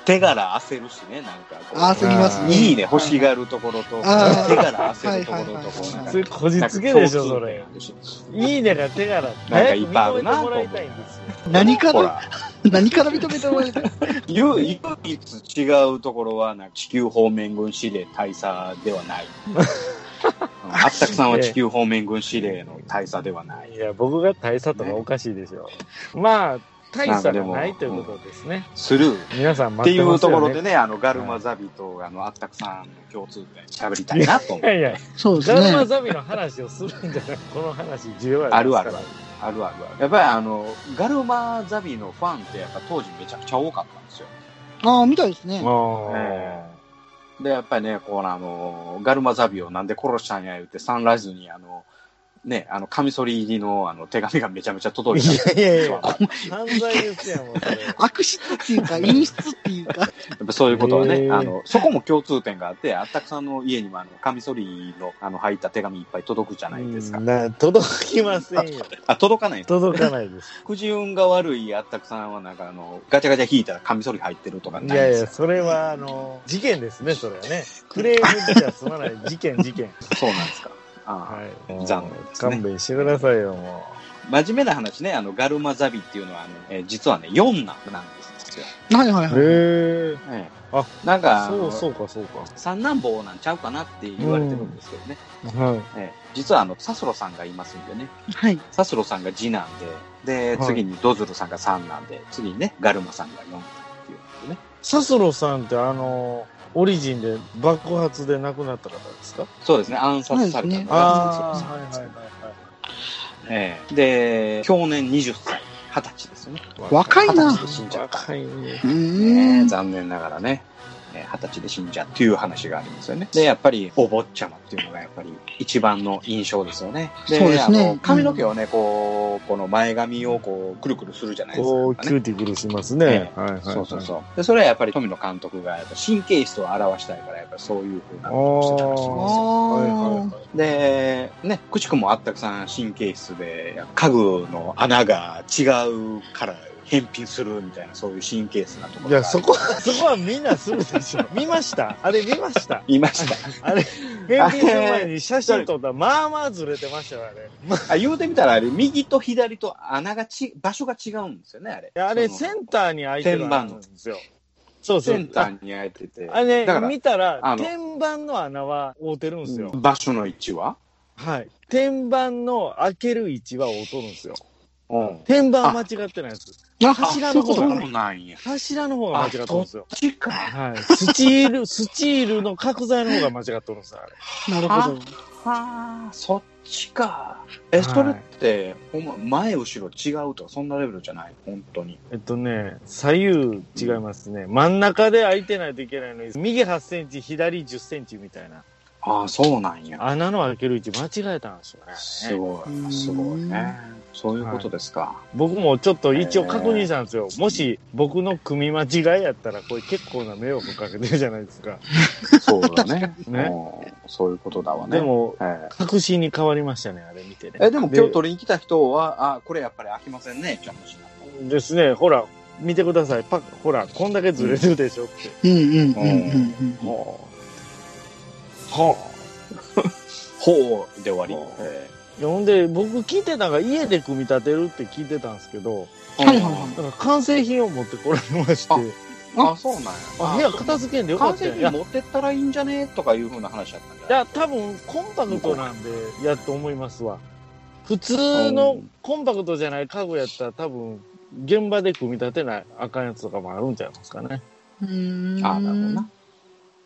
Speaker 3: 手柄焦るしね、なんかこう。
Speaker 2: 焦りますね。
Speaker 3: いいね、欲しがるところと、手
Speaker 2: あー
Speaker 3: 柄焦るところと、こうなんか
Speaker 1: それ、こじつけでしょ、それ
Speaker 3: なんか。共通点あるし
Speaker 1: いいねが手柄。
Speaker 3: なんかいっぱいあるな
Speaker 1: 早く認めてもらいたいんですよ。
Speaker 2: 何か
Speaker 3: ほ
Speaker 2: ら、
Speaker 3: ら、
Speaker 2: 何から認めてもらえた
Speaker 3: 唯唯一違うところは、なんか地球方面軍司令大佐では ない。うんあったくさんは地球方面軍司令の大佐ではない。
Speaker 1: いや、僕が大佐とかおかしいでしょ。まあ、大佐がないということですね。
Speaker 3: スルー。
Speaker 1: 皆さん
Speaker 3: っ
Speaker 1: 待
Speaker 3: て
Speaker 1: っ
Speaker 3: い
Speaker 1: てま
Speaker 3: う
Speaker 1: すよ、
Speaker 3: と
Speaker 1: ね。
Speaker 3: ころでね、あの、ガルマザビと、あの、あったくさんの共通点喋りたいなと思
Speaker 1: い
Speaker 3: う。
Speaker 1: やいや、
Speaker 2: そうです
Speaker 1: ガルマ
Speaker 2: ね。
Speaker 1: ザビの話をするんじゃないこの話、重要や
Speaker 3: あるあるある。あるあるある。やっぱりあの、ガルマザビのファンってやっぱ当時めちゃくちゃ多かったんですよ。
Speaker 2: ああ、みたいですね。
Speaker 1: ああ。
Speaker 3: えで、やっぱりね、こう、あの、ガルマザビをなんで殺したんや言って、サンライズに、あの、ね、あの、カミソリ入りの、あの、手紙がめちゃめちゃ届いた。
Speaker 1: いやいやいや
Speaker 3: こ、
Speaker 1: 犯罪ですやん、もうそれ。
Speaker 2: 悪質っていうか、陰湿っていうか、
Speaker 3: やっぱそういうことは
Speaker 1: へ
Speaker 3: ね、
Speaker 1: ー
Speaker 3: あの、そこも共通点があって、あったくさんの家にも、あの、カミソリの、あの、入った手紙いっぱい届くじゃないですか
Speaker 1: うん。な届きませんよ。
Speaker 3: あ、届かないの
Speaker 1: 届かない です。
Speaker 3: くじ運が悪いあったくさんは、なんか、あの、ガチャガチャ引いたらカミソリ入ってるとかないん
Speaker 1: い
Speaker 3: ですよ
Speaker 1: やいや、それは、あの、事件ですね、それはね。クレームじゃ済まない事件、事 件。
Speaker 3: そうなんですか。あ
Speaker 1: はい。
Speaker 3: ー残念ですね
Speaker 1: 勘弁してくださいよ、も。
Speaker 3: あ真面目な話ね、あの、ガルマザビっていうのは、あの、えー実はね、四男なんですよ。
Speaker 2: はいはい
Speaker 1: へ
Speaker 2: うはい。
Speaker 1: え。
Speaker 3: ええ
Speaker 1: あ
Speaker 3: なんか、あ
Speaker 1: そ
Speaker 3: の
Speaker 1: うそうか、そうか。
Speaker 3: 三男坊なんちゃうかなって言われてるんですけどね。
Speaker 1: はい。
Speaker 3: ええ実は、あの、サスロさんがいますんでね。
Speaker 2: はい。
Speaker 3: サスロさんが次男で、で、
Speaker 1: はい
Speaker 3: 次にドズルさんが三男で、次にね、ガルマさんが四男っていうことね。
Speaker 1: サスロさんってあの、オリジンで爆発で亡くなった方ですか
Speaker 3: そうですね、暗殺されたのが
Speaker 1: あ
Speaker 3: サ
Speaker 1: あ
Speaker 3: スロさんです
Speaker 1: ー、
Speaker 3: ね
Speaker 1: はいはいはいはい。
Speaker 3: ええで、去年20歳、20歳ですよね。
Speaker 2: 若いな
Speaker 3: 20歳で死んじゃった。
Speaker 1: 若いね。
Speaker 2: う
Speaker 3: ね
Speaker 2: ー
Speaker 3: え
Speaker 2: ん。
Speaker 3: 残念ながらね、えー二十歳で死んじゃうっていう話がありますよね。で、やっぱり、お坊ちゃまっていうのがやっぱり一番の印象ですよね。
Speaker 2: そうですね
Speaker 3: あの髪の毛をね、こう、この前髪をこう、くるくるするじゃないですか。
Speaker 1: こ
Speaker 3: やっ
Speaker 1: う、
Speaker 3: ぱ
Speaker 1: キ
Speaker 3: ね
Speaker 1: ューティクルしますね。はいはいはい。
Speaker 3: そうそうそう。で、それはやっぱり富野監督がやっぱ神経質を表したいから、やっぱりそういう風なことをしてたらしいんですよ。
Speaker 1: はい
Speaker 2: あ
Speaker 1: はいはい。
Speaker 3: で、ね、くしくもあったくさん神経質で、家具の穴が違うから返品するみたいな、そういう神経質なところ
Speaker 1: い
Speaker 3: が
Speaker 1: や、
Speaker 3: ある
Speaker 1: そこは、 そこはみんなするでしょ。見ましたあれ見ました
Speaker 3: いました。
Speaker 1: あ れ、返品する前に写真撮ったら、まあまあずれてましたよ、あれ。ま
Speaker 3: あ言うてみたらあれ、右と左と穴がち、場所が違うんですよね、あれ。
Speaker 1: ああれ、
Speaker 3: その
Speaker 1: センターに開いてるんですよ。そうそう。
Speaker 3: センターに開いてて。
Speaker 1: あれ
Speaker 3: だ
Speaker 1: ね
Speaker 3: か、ら
Speaker 1: 見たら、
Speaker 3: あの
Speaker 1: 天板の穴は覆ってるんですよ。
Speaker 3: 場所の位置は
Speaker 1: はい。天板の開ける位置は覆っとるんですよ。
Speaker 3: うん。
Speaker 1: 天板は間違ってないです。
Speaker 2: あ。
Speaker 1: あ柱の方
Speaker 3: そ
Speaker 1: が
Speaker 3: うなんや。
Speaker 1: 柱の方が間違ってるんですよ。
Speaker 3: そっちか。
Speaker 1: はい。スチール、スチールの角材の方が間違ってるんですよ、あれ。
Speaker 2: なるほど。
Speaker 3: はあ、そっちか。え、それって、ほんま、前、後ろ違うとか、そんなレベルじゃない本当に。
Speaker 1: えっとね、左右違いますね。真ん中で開いてないといけないのに、右8センチ、左10センチみたいな。
Speaker 3: ああ、そうなんや。
Speaker 1: 穴の開ける位置間違えたんですよね。
Speaker 3: すご
Speaker 2: うん
Speaker 3: い、すごいね。そういうことですか。
Speaker 1: 僕もちょっと一応確認したんですよ。もし僕の組み間違いやったら、これ結構な迷惑かけてるじゃないですか。
Speaker 3: そう だね。
Speaker 1: ね
Speaker 3: うんそういうことだわね。
Speaker 1: で、も、
Speaker 3: ええ
Speaker 1: 確信に変わりましたね、あれ見てね。
Speaker 3: え、でも今日取りに来た人は、あ、これやっぱり飽きませんね、ちゃんとしな
Speaker 1: ですね、ほら、見てください。パほら、こんだけずれてるでしょって。
Speaker 2: うんうんうんうんうん。
Speaker 3: ほ
Speaker 1: は
Speaker 3: う。ほうで終わ
Speaker 1: ほう
Speaker 3: り。え
Speaker 1: あ。ほんで、僕聞いてたのが家で組み立てるって聞いてたんですけど、
Speaker 3: え
Speaker 2: はいはいはい
Speaker 1: だから完成品を持ってこられまして、
Speaker 3: あ、そうなんや。
Speaker 1: あ部屋片付けんでよか
Speaker 3: 完
Speaker 1: った
Speaker 3: 成
Speaker 1: よ。い
Speaker 3: 品
Speaker 1: や
Speaker 3: 持ってったらいいんじゃねとかいうふうな話だったん
Speaker 1: い
Speaker 3: じゃ
Speaker 1: や、多分コンパクトなんで、やと思いますわ。普通のコンパクトじゃない家具やったら多分、現場で組み立てないあかんやつとかもあるんちゃいますかね。
Speaker 2: うーん
Speaker 3: あ、なるほどな。。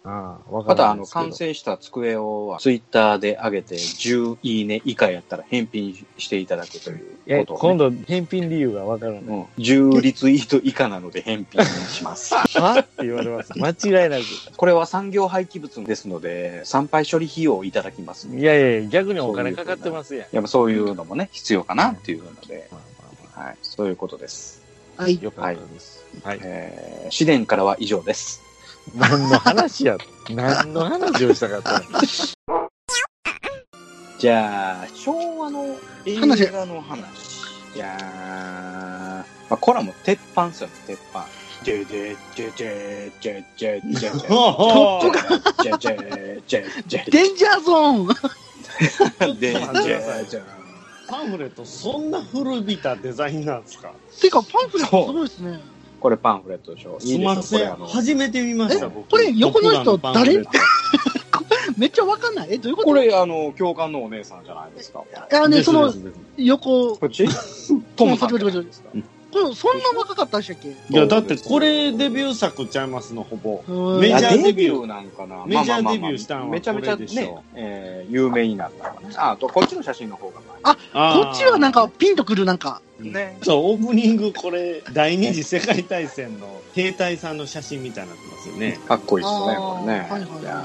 Speaker 1: ああ、わか
Speaker 3: ま
Speaker 1: ら
Speaker 3: た、
Speaker 1: な
Speaker 3: あ
Speaker 1: いで
Speaker 3: の、
Speaker 1: すけど
Speaker 3: 完成した机をツイッターで上げて、10いいね以下やったら返品していただくとい
Speaker 1: え、
Speaker 3: うことを
Speaker 1: 今
Speaker 3: ね。
Speaker 1: 度、返品理由がわかるんで。
Speaker 3: うん、10リツイート以下なので返品します。
Speaker 1: はって言われ ます。間違いなく。
Speaker 3: これは産業廃棄物ですので、産廃処理費用をいただきます。
Speaker 1: いやいや、逆にお金かかってますやん。
Speaker 3: やっぱそういうのもね、必要かなっていうので、はい、そういうことです。
Speaker 2: はい。
Speaker 1: よかったです。はい。
Speaker 3: えー、試練からは以上です。
Speaker 1: 何の話や、何の話をしたかったの
Speaker 3: じゃあ、昭和の映画の話。じゃあ、まあ、これはもう鉄板ですよね、鉄板。ジェジェジェジェジェジェジェジェ
Speaker 1: トップ
Speaker 3: ジェジェジェジェジェジェジェジェジ
Speaker 2: デンジャーゾーン
Speaker 3: ェジェ
Speaker 1: パンフレット、そんな古びたデザインなんですか
Speaker 2: てか、パンフレットすごいですね。
Speaker 3: これパンフレットでしょ。いいでしょ、これあの。
Speaker 1: めて見ま
Speaker 2: したえ僕これ横の人誰 めっちゃわかんない。え、どういうこと
Speaker 3: これ、あの、教官のお姉さんじゃないですか。
Speaker 2: あね、その
Speaker 1: ですです
Speaker 2: 横、こ
Speaker 3: こっちトムさんじゃないですか。
Speaker 2: のそんな若かったでしたっけ
Speaker 1: いや、だってこれデビュー作ちゃいますの、ほぼ。
Speaker 2: うん
Speaker 1: メジャー
Speaker 3: あデビューなんかな。
Speaker 1: メジャーデビューしたんは
Speaker 3: めちゃめちゃ
Speaker 1: これでし
Speaker 3: ね
Speaker 1: ょ、
Speaker 3: えー有名になったのかね。あ、あとこっちの写真の方が前
Speaker 2: こっちはなんかピンとくるなんか、
Speaker 3: ね。
Speaker 4: そう、オープニング、これ、第二次世界大戦の兵隊さんの写真みたいになってますよね。
Speaker 3: かっこいいですね、これね。
Speaker 2: はいはいはいはい
Speaker 3: や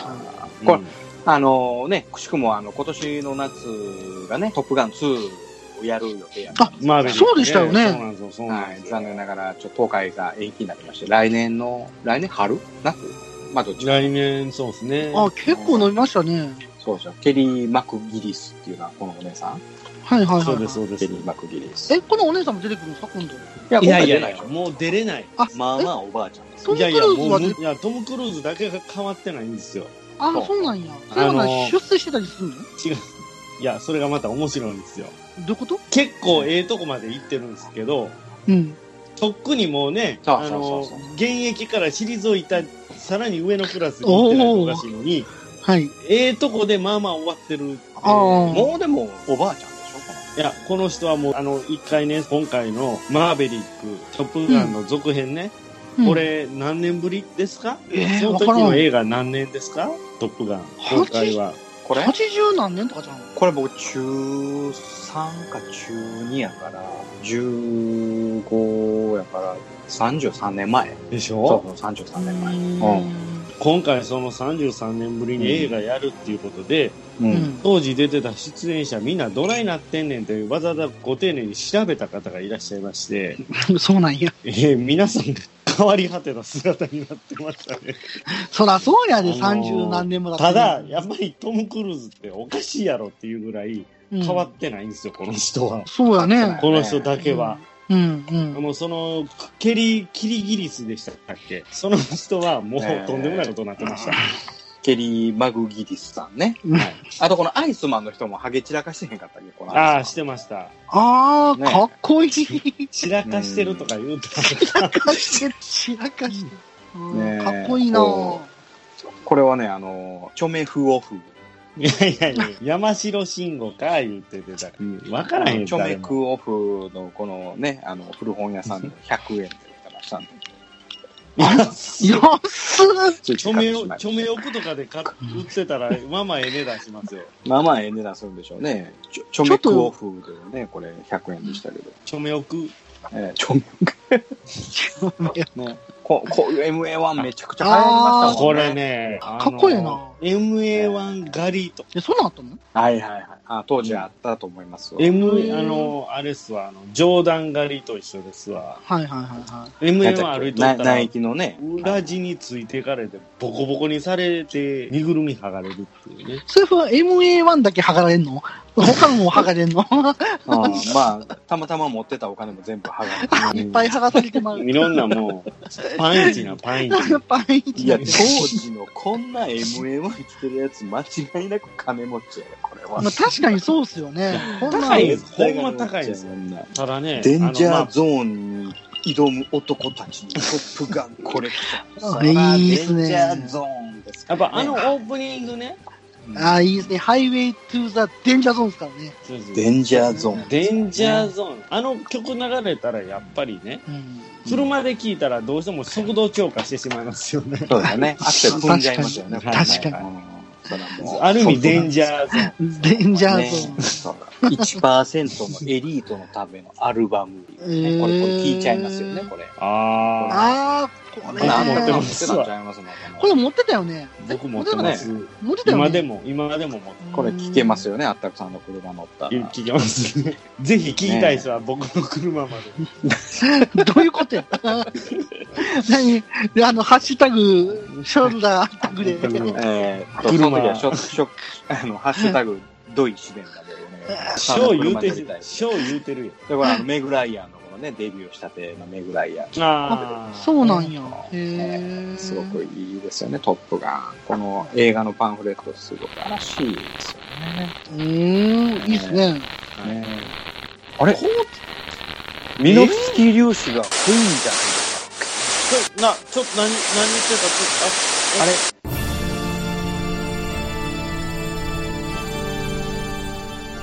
Speaker 3: ーこ
Speaker 4: こ
Speaker 3: れ、あのね、くしくもあの、今年の夏がね、トップガン2をやる予定やったん
Speaker 4: マーベリック
Speaker 2: そうでしたよね
Speaker 4: そうなんですよ、そうなん
Speaker 3: は
Speaker 4: で
Speaker 3: い、
Speaker 4: すよ。
Speaker 3: 残念ながら、ちょっと東海が延期になりまして、来年の、来年春夏まあ、どっちか。
Speaker 4: 来年、そうですね。
Speaker 2: あ、結構飲みましたね。
Speaker 3: そうじゃん。ケリー・マクギリスっていうのは、このお姉さん。
Speaker 2: はいはいはい。
Speaker 4: そうです、そうで
Speaker 3: ケ
Speaker 4: す
Speaker 3: リ。ー・マクギリス。
Speaker 2: え、このお姉さんも出てくるんですか、今度。
Speaker 3: いや
Speaker 4: いやいや
Speaker 3: 今回出ないでし
Speaker 4: や、
Speaker 3: ょ
Speaker 4: もう出れない。
Speaker 2: あ、
Speaker 3: まあ
Speaker 2: え
Speaker 3: まあ、おばあちゃんです。
Speaker 2: ト
Speaker 4: い
Speaker 2: ム・
Speaker 4: や
Speaker 2: ク
Speaker 4: い
Speaker 2: ル
Speaker 4: や、
Speaker 2: ー
Speaker 4: も
Speaker 2: ズは
Speaker 4: う、
Speaker 2: 出
Speaker 4: いや、トム・クルーズだけが変わってないんですよ。
Speaker 2: あ
Speaker 3: そう
Speaker 2: そうなんや。そ
Speaker 4: あのー
Speaker 2: れはな、出世してたりするのど
Speaker 4: 違う。いや、それがまた面白いんですよ。
Speaker 2: ういうこと
Speaker 4: 結構ええとこまで行ってるんですけど、
Speaker 2: うん。
Speaker 4: とっくにもうね、
Speaker 3: そうそ
Speaker 4: あ
Speaker 3: う
Speaker 4: の
Speaker 3: そうそう、
Speaker 4: 現役から退いた、さらに上のクラスに行ってないとおかしいのに、
Speaker 2: はい。
Speaker 4: ええとこでまあまあ終わってる。
Speaker 2: ああ。
Speaker 3: もうでも、おばあちゃんでしょ、この。
Speaker 4: いや、この人はもう、あの、一回ね、今回のマーベリック、トップガンの続編ね、
Speaker 2: うん
Speaker 4: こ、れ何年ぶりですか、
Speaker 2: えー
Speaker 4: その時
Speaker 2: わから
Speaker 4: の
Speaker 2: ん
Speaker 4: 映画何年ですかトップガン。今回は。
Speaker 3: これ
Speaker 2: 80何年とかじゃん。
Speaker 3: これ僕中3か中2やから、15やから、33年前。
Speaker 4: でし
Speaker 3: そ
Speaker 4: ょ
Speaker 3: うそう、33年前。
Speaker 4: 今回その33年ぶりに映画やるっていうことで、
Speaker 3: う。
Speaker 2: うんん。
Speaker 4: 当時出てた出演者みんなどないなってんねんというわざわざご丁寧に調べた方がいらっしゃいまして、
Speaker 2: うん、 そうなんや。
Speaker 4: えー皆さんが変わり果てた姿になってましたね。
Speaker 2: そらそうやで、
Speaker 4: あのー
Speaker 2: 30何年もだった
Speaker 4: だ、
Speaker 2: て
Speaker 4: やっぱりトム・クルーズっておかしいやろっていうぐらい変わってないんですよ、この人は
Speaker 2: うん。そうやね。
Speaker 4: この人だけは。
Speaker 2: うん、うん。
Speaker 4: もうその、ケリ、キリギリスでしたっけその人はもう
Speaker 3: えー
Speaker 4: とんでもないことになってました。
Speaker 3: ケリー・マグギリスさんね。
Speaker 2: うん
Speaker 3: あとこのアイスマンの人もハゲ散らかしてへんかったっけこの
Speaker 4: あ
Speaker 3: ア
Speaker 4: あ、
Speaker 3: イ
Speaker 4: し
Speaker 3: スマ
Speaker 4: てました。
Speaker 2: ああ、
Speaker 3: ね
Speaker 2: かっこいい。散
Speaker 4: 散らかしてるとか言うた
Speaker 2: らかして、散らかして。うん
Speaker 3: ねえ
Speaker 2: かっこいいな
Speaker 3: こンこれはね、あの、著名風オフ。
Speaker 4: いやいやいや、山城慎吾か、言っててたから。わからへん
Speaker 3: 著名
Speaker 4: 誰も
Speaker 3: 空オフのこのね、あの、古本屋さんの100円で売ってましたんで。
Speaker 4: 安い
Speaker 2: 安っ
Speaker 3: ついつ
Speaker 4: 著
Speaker 3: い買ってしまい
Speaker 4: 名
Speaker 3: ま
Speaker 4: を、
Speaker 3: した
Speaker 4: 著名奥とかで買っ売ってたら、まあまあええ値段しますよ。
Speaker 3: まあまあええ値段するんでしょうね。ちょ、ちょ
Speaker 2: ちょ
Speaker 3: め
Speaker 2: っと
Speaker 3: くオフでね、これ100円でしたけど。
Speaker 4: 著名奥。
Speaker 3: えー、ちょめね。ここういう MA1 めちゃくちゃ流行りましたも
Speaker 4: こ
Speaker 3: んね。
Speaker 4: れ。ね、
Speaker 2: かっこいいな
Speaker 4: あの。MA1 狩りとか。
Speaker 2: え、そんなんあったの
Speaker 3: はいはいはい。あ、当時あったと思いますわ。
Speaker 4: M、あの、あれっすわ、あの、冗談狩りと一緒ですわ。
Speaker 2: はいはいはいはい。
Speaker 4: MA1 歩いとった
Speaker 3: なナ
Speaker 4: ら
Speaker 3: イ、キのね。
Speaker 4: 裏地についていかれて、ボコボコにされて、身ぐるみ剥がれるっていうね。
Speaker 2: それは MA1 だけ剥がれんの他のも剥がれんの
Speaker 3: うんまあ、たまたま持ってたお金も全部剥が れ
Speaker 2: いっぱい剥がされてまう。
Speaker 4: いろんなもう、パンイチなパンイチ。
Speaker 2: パンイチ
Speaker 3: い
Speaker 2: だっ
Speaker 3: や、
Speaker 2: て
Speaker 3: 当時のこんな MA1 着てるやつ、間違いなく金持ちやで、これは
Speaker 2: まあ、。確かにそうっすよね。こんなん
Speaker 4: 高いですほんま高いです
Speaker 3: こんな
Speaker 4: ただね、
Speaker 3: デンジ
Speaker 4: あのま
Speaker 3: ャ
Speaker 4: あ
Speaker 3: ーゾーンに挑む男たちにトップガンコレクション。
Speaker 2: あいいですね
Speaker 3: デンジャーゾーンです
Speaker 4: や
Speaker 3: か
Speaker 4: っ
Speaker 3: らね
Speaker 4: ぱあのオープニングね、
Speaker 2: ああ、いいですね。ハイウェイトゥーザ・デンジャーゾーンですからね。
Speaker 3: デンジャーゾ ーン。
Speaker 4: デンジャーゾーン、あの曲流れたらやっぱりね、
Speaker 2: うん。
Speaker 4: 車で聴いたらどうしても速度超過してしまいますよね。
Speaker 3: そうだね。アクセル踏んじゃいますよね。
Speaker 4: 確
Speaker 2: かに
Speaker 3: こ
Speaker 2: 確
Speaker 3: れね
Speaker 2: か
Speaker 3: うんそれはもう
Speaker 4: ある意味デンジャーゾーン。
Speaker 2: デンジャーゾーン。
Speaker 3: ねそうだ1%のエリートのためのアルバム、ね
Speaker 2: ー
Speaker 3: これ、これ聞いちゃいますよね、これ。
Speaker 4: あ
Speaker 2: ああ、これ
Speaker 4: 僕も持ってま
Speaker 2: ね。
Speaker 4: す
Speaker 3: 持ってたんちゃいますね
Speaker 2: これ持ってたよね。
Speaker 4: ー僕持ってます。
Speaker 2: 持ってたよね。
Speaker 4: 今でも、今でも持って
Speaker 2: うん
Speaker 3: これ聞けますよね、あったくさんの車乗ったら。
Speaker 4: 聞けます。 ぜひ聞きたい人は僕の車まで。
Speaker 2: どういうことや 何 あの、ハッシュタグ、ショルダータグで。
Speaker 3: えー、と
Speaker 4: 車
Speaker 3: その時はショショ あの、ハッシュタグ、ドイシデンだでお願いします。
Speaker 4: ショー言う
Speaker 3: 車
Speaker 4: て
Speaker 3: 乗りたい
Speaker 4: る、ショー言うてるよ。
Speaker 3: だからあのメグライアンのこのね、デビューしたてのメグライアン。
Speaker 4: ああ。
Speaker 2: そうなんや。
Speaker 3: え
Speaker 2: へえ。
Speaker 3: すごくいいですよね、トップガン。この映画のパンフレット、すごくらしいですよね。
Speaker 2: うーん、いいっすね。
Speaker 3: ね あれミノフスキー粒子がクイーンじゃないですか。
Speaker 4: ちょ、な、ちょっと何、何言ってたちょっと、
Speaker 3: あれ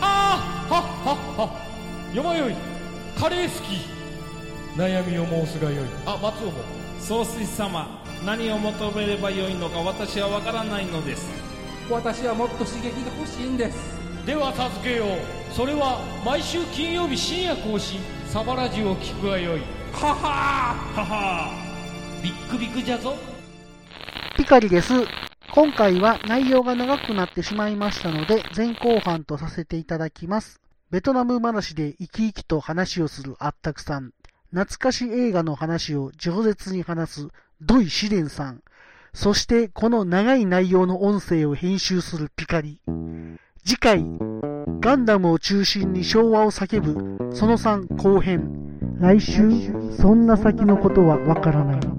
Speaker 5: あーはっはっはよまよいカレー好き悩みを申すがよいあ松尾も
Speaker 6: 総帥様何を求めればよいのか私は分からないのです
Speaker 5: 私はもっと刺激が欲しいんですでは助けようそれは毎週金曜日深夜更新サバラジを聞くがよいははははビックビックじゃぞ
Speaker 7: ピカリです。今回は内容が長くなってしまいましたので、前後半とさせていただきます。ベトナム話で生き生きと話をするあったくさん。懐かし映画の話を饒舌に話すドイシデンさん。そして、この長い内容の音声を編集するピカリ。次回、ガンダムを中心に昭和を叫ぶ、その3後編。来週、そんな先のことはわからない。